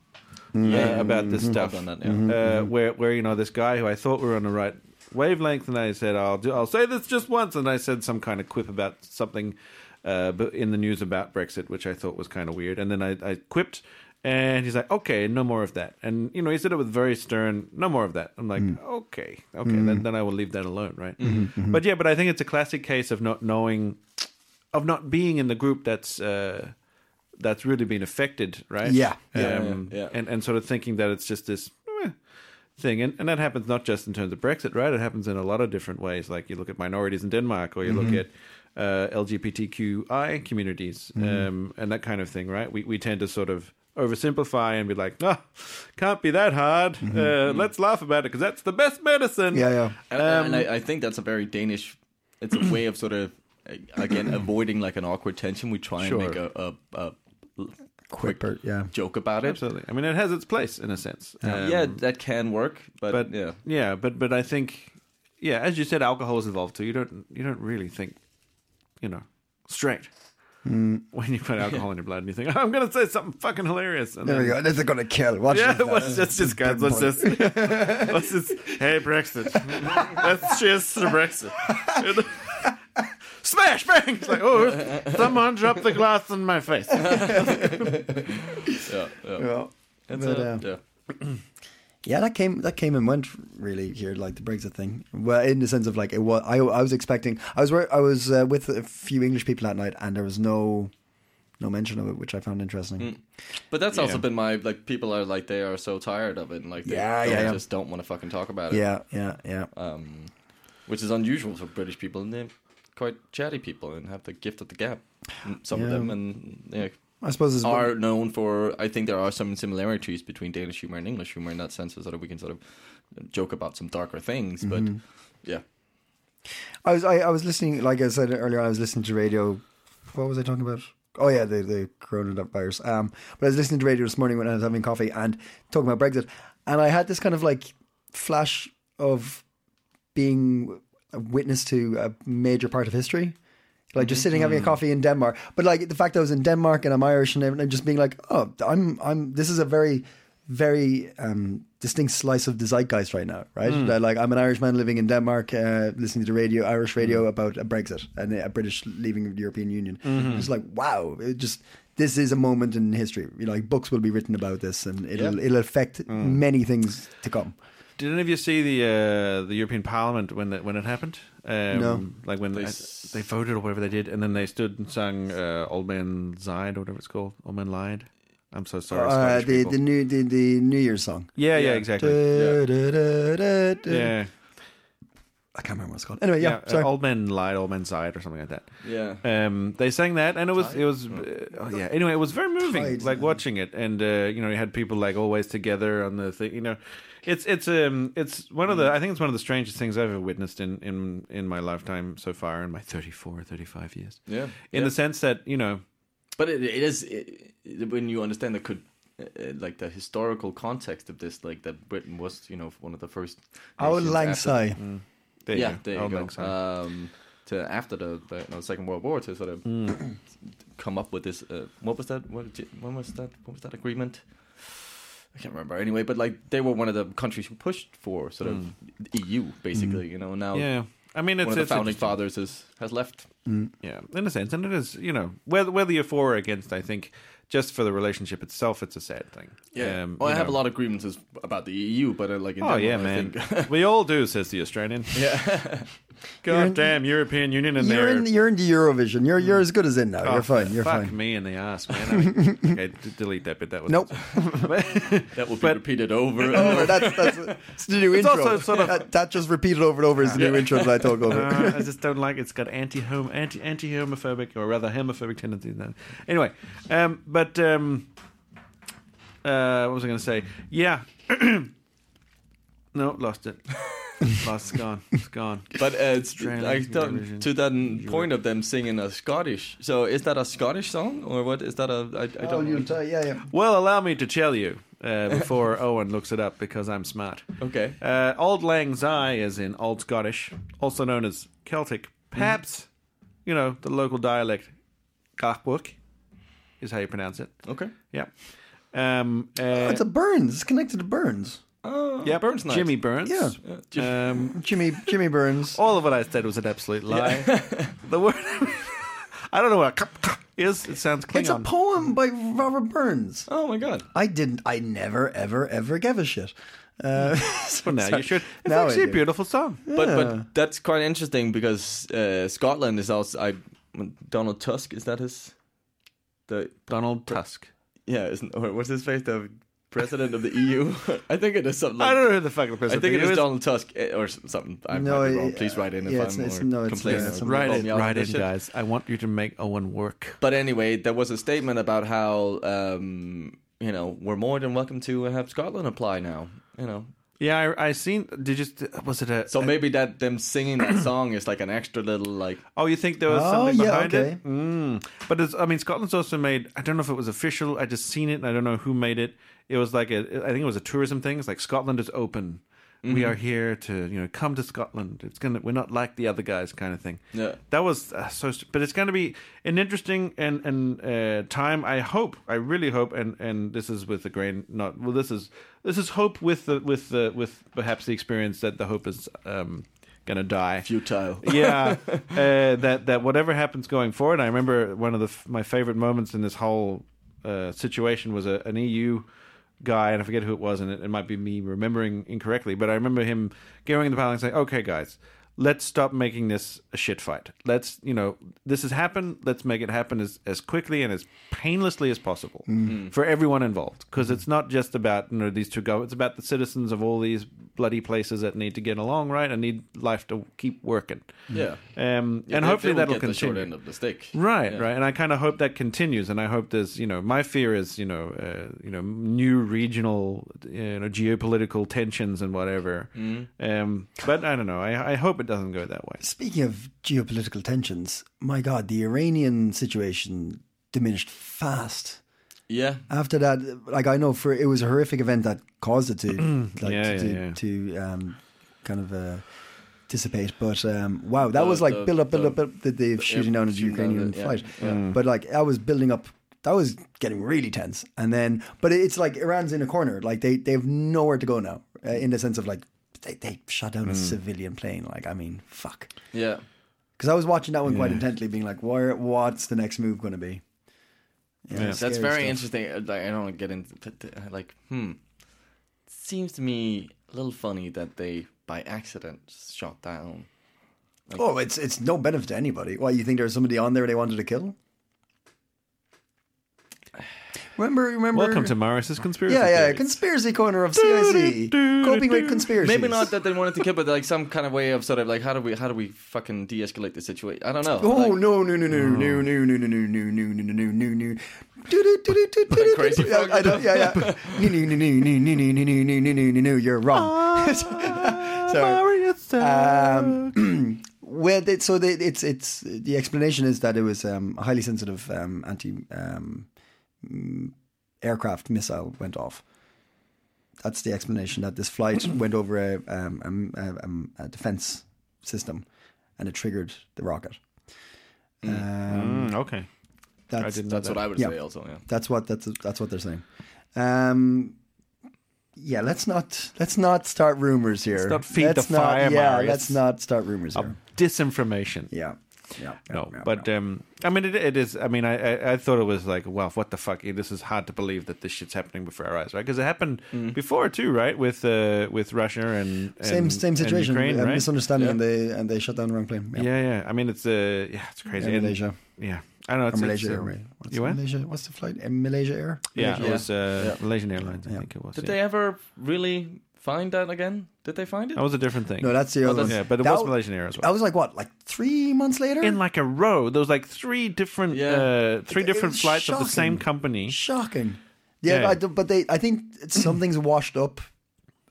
C: Mm-hmm.
B: uh, about this
D: I've
B: stuff.
D: done that, yeah.
B: Uh,
D: mm-hmm.
B: where where you know this guy who I thought we were on the right wavelength, and I said I'll do I'll say this just once, and I said some kind of quip about something, uh, but in the news about Brexit, which I thought was kind of weird, and then I, I quipped. And he's like, okay, no more of that. And you know, he said it with very stern, no more of that. I'm like,
D: Mm.
B: okay, okay,
D: Mm-hmm.
B: then, then I will leave that alone, right? But yeah, but I think it's a classic case of not knowing, of not being in the group that's uh, that's really been affected, right?
C: Yeah.
D: Yeah,
B: um,
D: yeah, yeah.
B: And, and sort of thinking that it's just this eh, thing. And, and that happens not just in terms of Brexit, right? It happens in a lot of different ways. Like you look at minorities in Denmark or you look
C: Mm-hmm.
B: at uh, LGBTQI communities um, and that kind of thing, right? We, we tend to sort of oversimplify and be like, ah, can't be that hard. Uh, Let's laugh about it because that's the best medicine.
C: Mm-hmm. Yeah, yeah.
D: And, Uh, and
C: Um,
D: I, I think that's a very Danish.
C: <clears throat>
D: It's a way of sort of uh, again avoiding like an awkward tension. We try
B: Sure.
D: and make a, a, a l- quick
C: Quick, yeah.
D: joke about it.
B: Um, Absolutely. I mean, it has its place in a sense. Um,
D: yeah, that can work, but,
B: but
D: <laughs> yeah,
B: yeah, but but I think, yeah, as you said, alcohol is involved too. You don't you don't really think, you know, straight
C: Mm.
B: when you put alcohol in your blood and you think, oh, I'm going to say something fucking hilarious. And
C: There we
B: then-
C: go. This is gonna kill.
B: <laughs>
C: Watch
B: Yeah,
C: this.
B: what's this, this guys? What's this? What's this? <laughs> Hey, Brexit. <laughs> Let's cheers to Brexit. <laughs> Smash bang! It's like, oh, someone dropped the glass in my face.
D: yeah, yeah.
C: Yeah.
D: It's
C: But,
D: a-
C: um,
D: yeah.
C: Yeah, that came that came and went really here, like the Brexit thing. Well, in the sense of like it was, I, I was expecting. I was wor- I was uh, with a few English people that night, and there was no no mention of it, which I found interesting.
D: But that's also
B: Yeah.
D: been my like. People are like they are so tired of it, and like they
C: Yeah,
D: don't-
C: yeah, yeah.
D: just don't want to fucking talk about it.
C: Yeah, yeah, yeah.
D: um, which is unusual for British people, and they're quite chatty people and have the gift of the gab. Some of
C: Yeah.
D: them, and yeah,
C: I suppose it's
D: are known for. I think there are some similarities between Danish humor and English humor in that sense, is that we can sort of joke about some darker things,
C: Mm-hmm.
D: but yeah,
C: I was I, I was listening, like I said earlier, I was listening to radio. What was I talking about? Oh yeah, the the coronavirus. Um, but I was listening to radio this morning when I was having coffee and talking about Brexit, and I had this kind of like flash of being a witness to a major part of history. Like just sitting
B: Mm-hmm.
C: having a coffee in Denmark, but like the fact that I was in Denmark and I'm Irish and everything, just being like, oh, I'm I'm. This is a very, very um, distinct slice of the zeitgeist right now, right?
B: Mm.
C: That, like I'm an Irishman living in Denmark, uh, listening to radio,
B: Mm.
C: Irish radio about a Brexit and a British leaving of the European Union.
B: Mm-hmm.
C: It's like wow, it just this is a moment in history. You know, like books will be written about this, and it'll it'll affect
B: Mm.
C: many things to come.
B: Did any of you see the uh, the European Parliament when it, when it happened? Um,
C: No.
B: Like when they,
D: s-
B: they voted or whatever they did, and then they stood and sang uh, "Old Man Lied" or whatever it's called. "Old Man Lied." I'm so sorry.
C: Uh,
B: Scottish
C: the
B: people.
C: the new the, the New Year's song.
B: yeah, yeah,
D: Yeah.
B: exactly.
C: Da-da-da-da-da.
B: Yeah,
C: I can't remember what it's called. Anyway, yeah,
B: uh,
C: sorry.
B: "Old Man Lied," "Old Man Sighed," or something like that.
D: yeah.
B: Um, they sang that, and it was it was uh, oh, yeah. Anyway, it was very moving,
C: Tides,
B: like
C: yeah.
B: watching it, and uh, you know, you had people like always together on the thing. You know, it's it's um it's one of the
D: Mm-hmm.
B: I think it's one of the strangest things I've ever witnessed in in in my lifetime so far in my 34 35 years.
D: Yeah.
B: in
D: Yeah.
B: the sense that you know,
D: But it, it is it, it- when you understand the could uh, uh, like the historical context of this, like that Britain was, you know, one of the first.
C: Auld
D: nations
C: Lang
D: after-
C: Syne.
B: Mm. there
D: yeah,
B: you go.
D: there you
B: Auld
D: go.
B: Lang Syne.
D: Um, to after the, the you know, Second World War to sort of
B: Mm.
D: come up with this. Uh, what was that? What, did- when was that? What was that agreement? I can't remember anyway. But like they were one of the countries who pushed for sort of EU basically. You know now
B: Mm. yeah, I mean, it's
D: one of the
B: it's
D: founding
B: interesting.
D: fathers is, has left.
B: Yeah, in a sense, and it is you know whether whether you're for or against, I think just for the relationship itself, it's a sad thing. Um,
D: well, I
B: you
D: have
B: know.
D: a lot of grievances about the EU, but uh, like in
B: Oh
D: general,
B: yeah,
D: I
B: man.
D: think- <laughs>
C: <laughs>
B: we all do, says the Australian. Yeah. <laughs>
C: You're in-
B: Goddamn European Union and
C: You're
B: their
C: in, you're in the Eurovision. You're you're as good as in now.
B: Oh,
C: you're fine. You're
B: fuck
C: fine.
B: me in the ass, man. I mean, okay, d- delete that bit. That was
C: Nope. <laughs>
D: that will be
B: But-
D: repeated
B: <laughs>
D: over. and
C: Oh,
D: over.
C: <laughs> that's that's it's the new
B: It's
C: intro.
B: also sort of-
C: that, that just repeated over and over is the new intro that I talk over.
B: Uh,
C: <laughs>
B: I just don't like it. has got anti home anti anti homophobic or rather homophobic tendencies. Then anyway, um, but um, uh, what was I going to say? Yeah, <clears throat> no, lost
C: <laughs>
B: it. lost, it's gone, it's gone.
D: <laughs> But uh, it's,
B: Australian
D: I don't,
B: Eurovision.
D: to that point of them singing a Scottish. So is that a Scottish song or what? Is that a? I, I don't. know.
C: yeah, yeah.
B: Well, allow me to tell you uh, before Owen looks it up because I'm smart.
D: Okay.
B: Uh, Old Lang Syne is in Old Scottish, also known as Celtic. Perhaps, you know, the local dialect, Gachbuk, is how you pronounce it.
D: Okay.
B: Yeah. Um, uh,
C: Oh, It's a Burns. It's connected to Burns.
D: Oh,
B: yeah,
D: Burns night.
B: Jimmy Burns.
C: Yeah.
D: Uh, Jim-
B: Um,
C: Jimmy Jimmy Burns.
B: all of what I said was an absolute lie. <laughs> the word, I don't know what a is. It sounds Klingon.
C: it's a poem by Robert Burns.
D: oh my God.
C: I didn't. I never, ever, ever gave a shit. Uh, <laughs> so
B: Mm. Well, now you
C: sorry.
B: should. It's
C: Now I
B: actually a
C: do.
B: beautiful song.
D: But but that's quite interesting because uh, Scotland is also. I Donald Tusk is that his? The
B: Donald Tusk.
D: yeah, isn't or what's his face? The president of the EU. <laughs> I think it is something. Like,
B: I don't know who the fuck the
D: I
B: president
D: think it
B: is.
D: is Donald Tusk eh, or s- something. I
C: No,
D: might be wrong.
C: it-
D: Please write in if
C: yeah,
D: I'm
C: it's- it's-
D: or
C: no, it's-
D: complaining.
C: yeah, it's
D: or
B: Right
D: call
B: in,
D: me out on
B: right
D: this
B: in,
D: shit.
B: guys. I want you to make Owen work.
D: But anyway, there was a statement about how um, you know, we're more than welcome to have Scotland apply now. You know,
B: Yeah, I, I seen. Did you? Was it a?
D: so maybe that them singing that <coughs> song is like an extra little like
B: Oh, you think there was
C: Oh,
B: something
C: yeah,
B: behind
C: okay.
B: it? Mm. But it's, I mean, Scotland's also made. I don't know if it was official. I just seen it, and I don't know who made it. It was like a. I think it was a tourism thing. It's like Scotland is open. We
C: Mm-hmm.
B: are here to you know come to Scotland. It's gonna. We're not like the other guys, kind of thing.
D: Yeah.
B: That was uh, so. st- But it's gonna be an interesting and and uh, time. I hope. I really hope. And and this is with the grain. Not well. This is this is hope with the with the with perhaps the experience that the hope is um gonna die
D: futile.
B: <laughs> yeah, uh, that that whatever happens going forward. I remember one of the f- my favorite moments in this whole uh, situation was a, an EU guy, and I forget who it was, and it, it might be me remembering incorrectly, but I remember him going in the parliament and saying, "Okay, guys." Let's stop making this a shit fight. Let's, you know, this has happened. Let's make it happen as, as quickly and as painlessly as possible for everyone involved. Because it's not just about, you know, these two governments, it's about the citizens of all these bloody places that need to get along, right? And need life to keep working.
D: Yeah.
B: Um,
D: Yeah,
B: and
D: they-
B: hopefully
D: they will
B: that'll
D: get the short
B: continue.
D: end of the stick.
B: Right,
D: Yeah.
B: right, and I kind of hope that continues, and I hope there's, you know, my fear is, you know, uh, you know, new regional, you know, geopolitical tensions and whatever.
D: Mm-hmm.
B: Um, but I don't know. I, I hope it doesn't go that way.
C: Speaking of geopolitical tensions, my God, the Iranian situation diminished fast.
D: Yeah.
C: After that, like I know for it was a horrific event that caused it to,
B: <clears throat>
C: like,
B: Yeah,
C: to,
B: yeah, yeah.
C: to um, kind of uh, dissipate. But um, wow, that was like
D: the-
C: build up, build
D: the-
C: up, build up the, the shooting down of the
D: shooting down
C: Ukrainian
D: the- yeah,
C: flight.
D: yeah.
B: Mm.
C: But like I was building up, that was getting really tense. And then, but it's like Iran's in a corner. Like they they have nowhere to go now. Uh, in the sense of like they they shot down
B: Mm.
C: a civilian plane. Like I mean, fuck.
D: Yeah.
C: Because I was watching that one quite intently, being like, "Where? What's the next move going to be?" Yeah,
D: That's
C: scary
D: very
C: stuff.
D: interesting. Uh, Like, I don't wanna get into but, uh, like hmm. Seems to me a little funny that they by accident shot down.
C: Oh, it's it's no benefit to anybody. Why you think there was somebody on there they wanted to kill? Remember, remember.
B: Welcome to Morris's conspiracy.
C: yeah, yeah,
B: theory.
C: conspiracy corner of CIC, coping with conspiracies.
D: Maybe not that they wanted to kill, but like some kind of way of sort of like how do we how do we fucking de-escalate the situation? I don't know.
C: Oh
D: Like,
C: no no no no no no no no no no no no no no no no
D: crazy
C: yeah, I
D: fucking
C: know, yeah, yeah. no no no no no no no no no no no no no you're
B: <laughs>
C: wrong <laughs> so um, <clears throat> well they, so they, it's it's the explanation is that it was um, a highly sensitive um, anti um, mm, aircraft missile went off that's the explanation that this <clears throat> flight went over a, um, um, um, um, a defense system and it triggered the rocket. Um,
B: Mm, okay.
C: that's,
B: I didn't know
D: that's
B: that.
D: what I would
C: Yeah.
D: say also. Yeah.
C: That's what that's that's what they're saying. Um, yeah, let's not let's not start rumors here.
B: Let's not feed
C: Let's
B: the
C: not-
B: fire,
C: Yeah,
B: Marius.
C: let's not start rumors
B: Uh,
C: here.
B: disinformation.
C: Yeah, yeah. yeah,
B: no,
C: yeah,
B: but
C: yeah.
B: um, I mean, it, it is. I mean, I, I I thought it was like, wow, what the fuck? This is hard to believe that this shit's happening before our eyes, right? Because it happened before too, right? With uh, with Russia and, uh, and
C: Mm. same same
B: and
C: situation, uh,
B: Ukraine,
C: a
B: right?
C: misunderstanding,
D: Yeah.
C: and they and they shut down the wrong plane.
B: Yeah. yeah, I mean, it's uh, yeah, it's crazy.
C: Yeah,
B: And-
C: Malaysia.
B: Yeah, I know.
C: Or
B: It's,
C: Malaysia
B: it's, um,
C: Airways. What's
B: you went?
C: Malaysia? What's the flight? Uh, Malaysia Air.
B: Yeah,
D: Yeah.
B: it was uh, Malaysian Airlines. I
C: Yeah.
B: think it was.
D: Did
B: yeah.
D: they ever really find that again? Did they find it?
B: That was a different thing.
C: No, that's the other.
B: yeah,
C: one.
B: but it
C: That
B: was
C: w-
B: Malaysian Air as well.
C: That was like what, like three months later?
B: in like a row. There was like three different
D: Yeah.
B: uh, three
C: It- it
B: different
C: was
B: flights of the same
C: shocking.
B: company.
C: Shocking. Yeah,
B: Yeah.
C: I don't- but they. I think it's- something's washed up.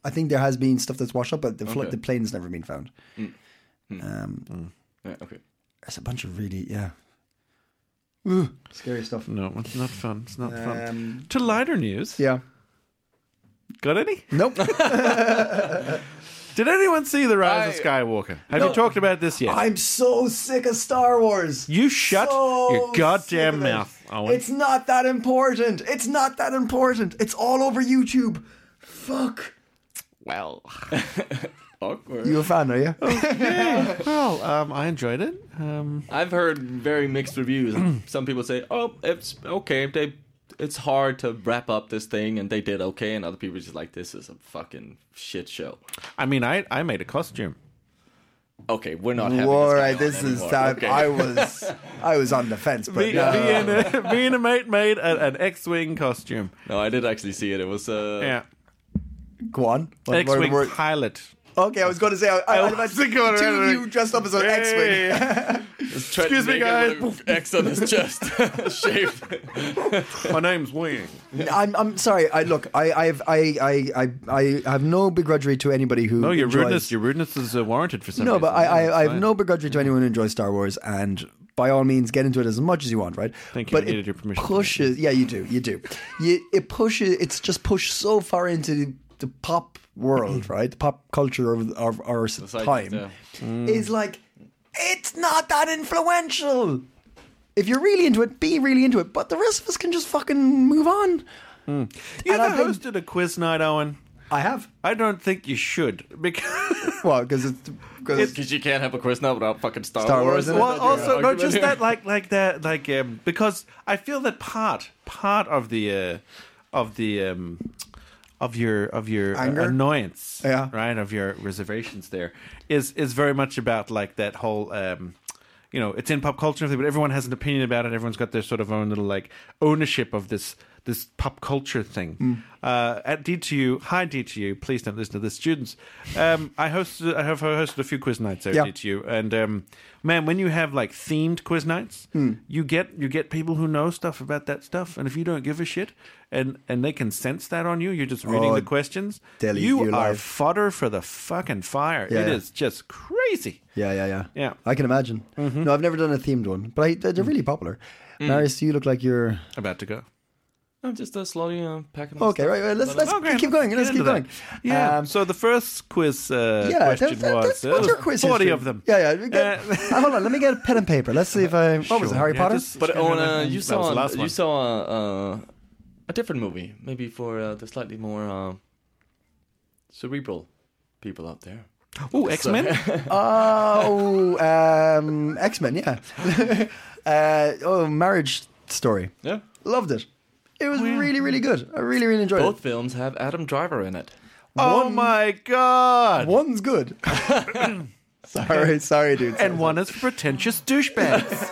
C: I think there has been stuff that's washed up, but the fl-
D: Okay.
C: the plane's never been found.
B: Mm.
C: Um,
D: Yeah, okay.
C: there's a bunch of really
B: <sighs>
C: yeah, Ugh, scary stuff.
B: No, it's not fun. It's not fun.
C: Um,
B: To lighter news,
C: yeah.
B: got any? <laughs>
C: Nope.
B: Did anyone see the Rise
D: I-
B: of Skywalker? Have
D: No.
B: you talked about this yet?
C: I'm so sick of Star Wars.
B: you shut
C: So
B: your
C: sick
B: goddamn
C: of it.
B: mouth, Owen.
C: It's not that important. It's not that important. It's all over YouTube. Fuck.
D: Well, awkward.
C: You a fan, are <laughs> you?
B: well, um, I enjoyed it. Um,
D: I've heard very mixed
C: <clears throat>
D: reviews. Some people say, "Oh, it's okay. They, it's hard to wrap up this thing, and they did okay." And other people just like, "This is a fucking shit show."
B: I mean, I, I made a costume.
D: Okay, we're not having.
C: All
D: this
C: right,
D: guy on
C: this is
D: anymore.
C: that.
D: Okay.
C: I was, I was on the fence, but
B: Me,
C: no.
B: me and, a, <laughs> me and a mate made a, an X-wing costume.
D: No, I did actually see it. It was uh,
B: Yeah,
C: go on. What- what-
B: X-wing
C: what-
B: pilot.
C: Okay, I was going to say, I,
D: <laughs>
C: I, I imagine
B: thinking about it,
C: two
B: I
C: of
B: was
C: you
B: like,
C: dressed up as an X-wing.
D: Excuse
B: me, guys.
D: X on his chest, <laughs> shaved.
B: My name's Wing.
C: I'm, I'm sorry. I look. I, I've, I, I, I, I have no begrudgery to anybody who.
B: No, Oh, your
C: enjoys,
B: rudeness, your rudeness is uh, warranted for some
C: No,
B: reason.
C: but I,
B: Yeah, it's
C: I, I have
B: fine.
C: no begrudgery to anyone who enjoys Star Wars, and by all means, get into it as much as you want, right?
B: Thank you, I
C: But it
B: needed your permission.
C: Pushes. Yeah, you do. You do. You, it pushes. It's just pushed so far into the, the pop
B: <clears throat>
C: world, right? The pop culture of, of our s- time
D: yeah.
B: Mm.
C: is like, it's not that influential. If you're really into it, be really into it. But the rest of us can just fucking move on.
B: You
C: and
B: ever
C: I've been-
B: hosted a quiz night, Owen?
C: I have.
B: I don't think you should
C: <laughs>
B: because.
C: Well, because it's because
D: Because you can't have a quiz now without fucking Star,
C: Star Wars
D: Wars.
C: in it.
B: Well,
C: that
B: also not just
C: <laughs>
B: that, like like that, like um, because I feel that part part of the uh, of the um, of your of your uh,
C: Anger?
B: annoyance,
C: Yeah.
B: right, of your reservations there is is very much about like that whole. Um, you know, it's in pop culture, and everything, but everyone has an opinion about it. Everyone's got their sort of own little like ownership of this this pop culture thing.
C: Mm.
B: Uh, at DTU, hi DTU, please don't listen to the students. Um, I hosted, I have hosted a few quiz nights there
C: Yeah.
B: at DTU you. And um, man, when you have like themed quiz nights,
C: Hmm.
B: you get you get people who know stuff about that stuff. And if you don't give a shit, and and they can sense that on you, you're just reading
C: Oh,
B: the questions.
C: they'll eat
B: you
C: you
B: are
C: alive.
B: fodder for the fucking fire.
C: Yeah,
B: It
C: yeah.
B: is just crazy.
C: yeah, yeah, yeah,
B: Yeah. Mm-hmm. Mm.
C: I can imagine. No, I've never done a themed one, but I, they're really popular. Marius, you look like you're
B: About to go.
D: <laughs> I'm just uh, slowly uh, packing. my
C: okay.
D: stuff.
C: Right, right, let's let's
B: Okay,
C: keep going.
B: get
C: Let's
B: into
C: keep
B: that.
C: going.
B: Yeah.
C: Um,
B: so the first quiz uh,
C: yeah, that-
B: question
C: that-
B: was uh,
C: that's- what's your quiz
B: forty
C: history?
B: of them.
C: Yeah, yeah. we Get, <laughs> uh, hold on, let me get a pen and paper. Let's see if I. What was it,
B: Sure.
C: Harry
B: Yeah,
C: Potter?
B: just-
D: But
B: just
D: on,
B: remember-
D: uh, you
B: that was
D: saw
B: the last
D: an- you
B: one.
D: saw uh, a different movie, maybe for uh, the slightly more uh, cerebral people out there.
B: Ooh, X
C: <laughs>
B: Men.
C: Oh, um, X Men. Yeah. <laughs> uh, oh, Marriage Story.
D: Yeah,
C: Loved it. It
B: Oh,
C: was really, really good. I really, really enjoyed
D: both films have Adam Driver in it.
B: Oh my god!
C: it. One's
B: <coughs>
C: good. <coughs> sorry, sorry, dude.
B: And one is pretentious
C: <laughs>
B: douchebags.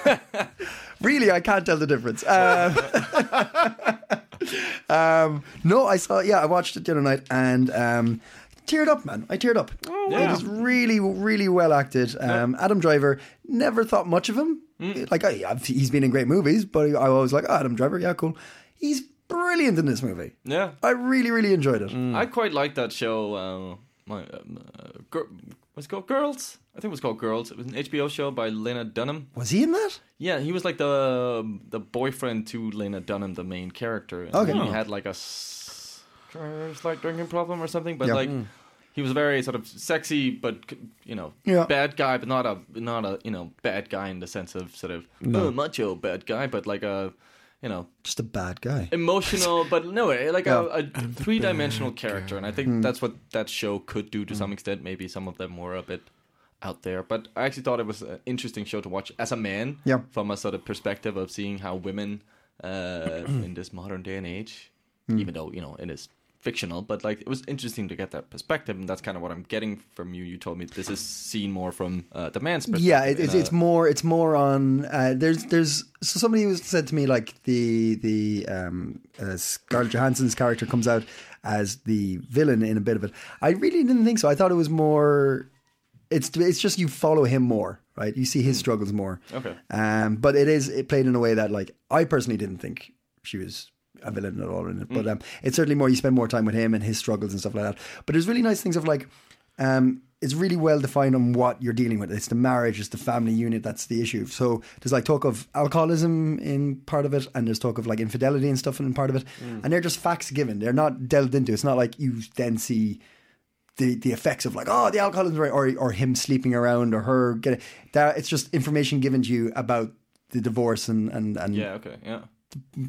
C: Really, I can't tell the difference. Um, <laughs> um, no, I saw. Yeah, I watched it the other night and um, teared up, man. I teared up. It
B: wow.
C: was really, really well acted. Um, Adam Driver. Never thought much of him. Like I, I've- he's been in great movies, but I was like, oh, Adam Driver, yeah, cool. He's brilliant in this movie.
D: Yeah, Mm.
C: I really, really enjoyed it.
D: I quite like that show. Uh, my um, uh, gir- was it called Girls? I think it was called Girls. It was an HBO show by Lena Dunham.
C: Was he in that?
D: Yeah, he was like the the boyfriend to Lena Dunham, the main character. And
C: Okay.
D: he
C: Oh.
D: had like a s- slight drinking problem or something, but
C: Yeah.
D: like he was very sort of sexy, but c- you know,
C: Yeah.
D: bad guy, but not a not a you know bad guy in the sense of sort of "Oh, macho bad guy, but like a you know
C: Just a bad guy.
D: emotional, but no, eh, like
C: Yeah. Hmm.
D: a, a three dimensional character, and I think that's what that show could do to some extent. Maybe some of them were a bit out there, but I actually thought it was an interesting show to watch as a man,
C: Yeah.
D: from a sort of perspective of seeing how women uh, in this modern day and age,
C: Hmm.
D: even though you know it is fictional, but like it was interesting to get that perspective, and that's kind of what I'm getting from you. You told me this is seen more from uh, the man's perspective.
C: Yeah, it, it's,
D: in a-
C: it's more it's more on uh, there's there's so somebody was said to me like the the um, uh, Scarlett Johansson's character comes out as the villain in a bit of it. I really didn't think so. I thought it was more. It's it's just you follow him more, right? You see his struggles more.
D: Okay.
C: Um, but it is it played in a way that like I personally didn't think she was a villain at all in it. But um, it's certainly more you spend more time with him and his struggles and stuff like that. But there's really nice things of like um, it's really well defined on what you're dealing with. It's the marriage, it's the family unit that's the issue. So there's like talk of alcoholism in part of it, and there's talk of like infidelity and stuff in part of it. And they're just facts given. They're not delved into. It's not like you then see the the effects of like oh the alcoholism right or or him sleeping around or her getting that it's just information given to you about the divorce and and and
D: yeah, okay, yeah.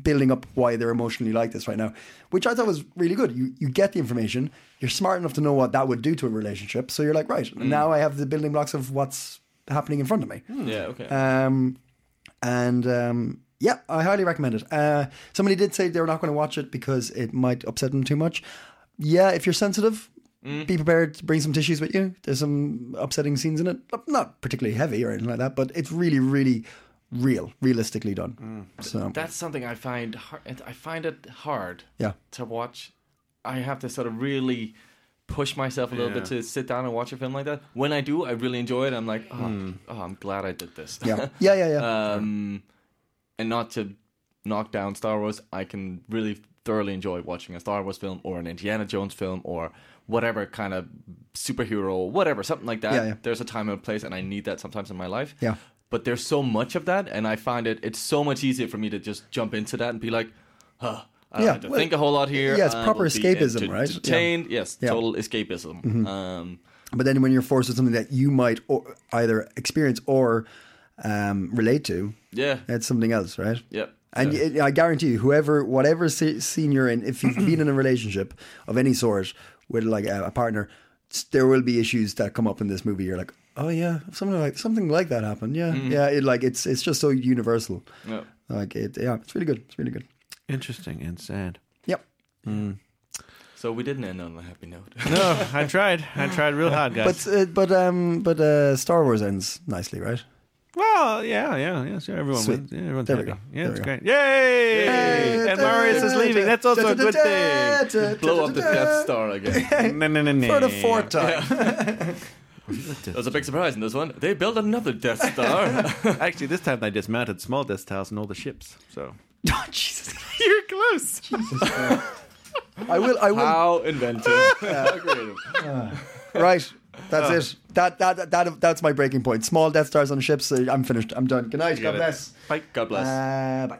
C: building up why they're emotionally like this right now, which I thought was really good. You you get the information, you're smart enough to know what that would do to a relationship, so you're like right now I have the building blocks of what's happening in front of me.
D: Yeah, okay.
C: Um, and um, yeah, I highly recommend it. Uh, somebody did say they were not going to watch it because it might upset them too much. Yeah, if you're sensitive, be prepared to bring some tissues with you. There's some upsetting scenes in it, Not- not particularly heavy or anything like that, but it's really, really real, realistically done. So
D: that's something I find hard. I find it hard
C: yeah,
D: to watch. I have to sort of really push myself a little bit
B: Yeah.
D: to sit down and watch a film like that. When I do, I really enjoy it. I'm like, oh, oh I'm glad I did this. <laughs>
C: Hmm. Yeah. Yeah, yeah, yeah.
D: um, and not to knock down Star Wars, I can really thoroughly enjoy watching a Star Wars film or an Indiana Jones film or whatever kind of superhero, whatever, something like that.
C: Yeah, yeah.
D: There's a time and a place, and I need that sometimes in my life.
C: Yeah.
D: But there's so much of that, and I find it it's so much easier for me to just jump into that and be like, huh. I don't
C: Yeah,
D: have to
C: well,
D: think a whole lot here.
C: yeah, it's
D: I
C: proper
D: will be
C: escapism,
D: ent-
C: right? Yeah.
D: Entertained, yes,
C: Yeah. Mm-hmm.
D: total escapism. Um,
C: But then when you're forced with something that you might or either experience or um, relate to,
D: yeah,
C: it's something else, right?
D: yeah.
C: And y I I guarantee you, whoever, whatever se- scene you're in, if you've been in a relationship of any sort with like a, a partner, s- there will be issues that come up in this movie. You're like, oh yeah, something like something like that happened. Yeah, yeah. It like it's it's just so universal.
D: Yeah.
C: Like it, yeah. It's really good. It's really good.
A: Interesting and sad.
C: Yep.
D: So we didn't end on a happy note.
A: No, I tried. I tried real hard, guys.
C: But uh, but um but uh, Star Wars ends nicely, right?
A: Well, yeah, yeah, yeah. Sure, everyone
C: Sweet.
A: wins. Yeah, everyone's
C: There we
A: happy.
C: go.
A: Yeah,
C: There
A: it's
C: we go.
A: great. Yay! And Marius is leaving. That's also a good thing.
D: Blow
C: <laughs>
D: up the Death Star again.
A: No, no, no, no.
C: For the fourth time.
D: That was a big surprise in this one. They built another Death Star.
A: Actually, this time they dismounted small Death Stars and all the ships. So
C: Oh, Jesus.
A: you're <laughs> close.
C: I will. I will.
D: How inventive. How creative.
C: Right. That's it. That, that that that's my breaking point. Small Death Stars on ships. uh, I'm finished. I'm done. Good night. God
A: it.
C: bless.
D: God bless.
C: Uh, bye.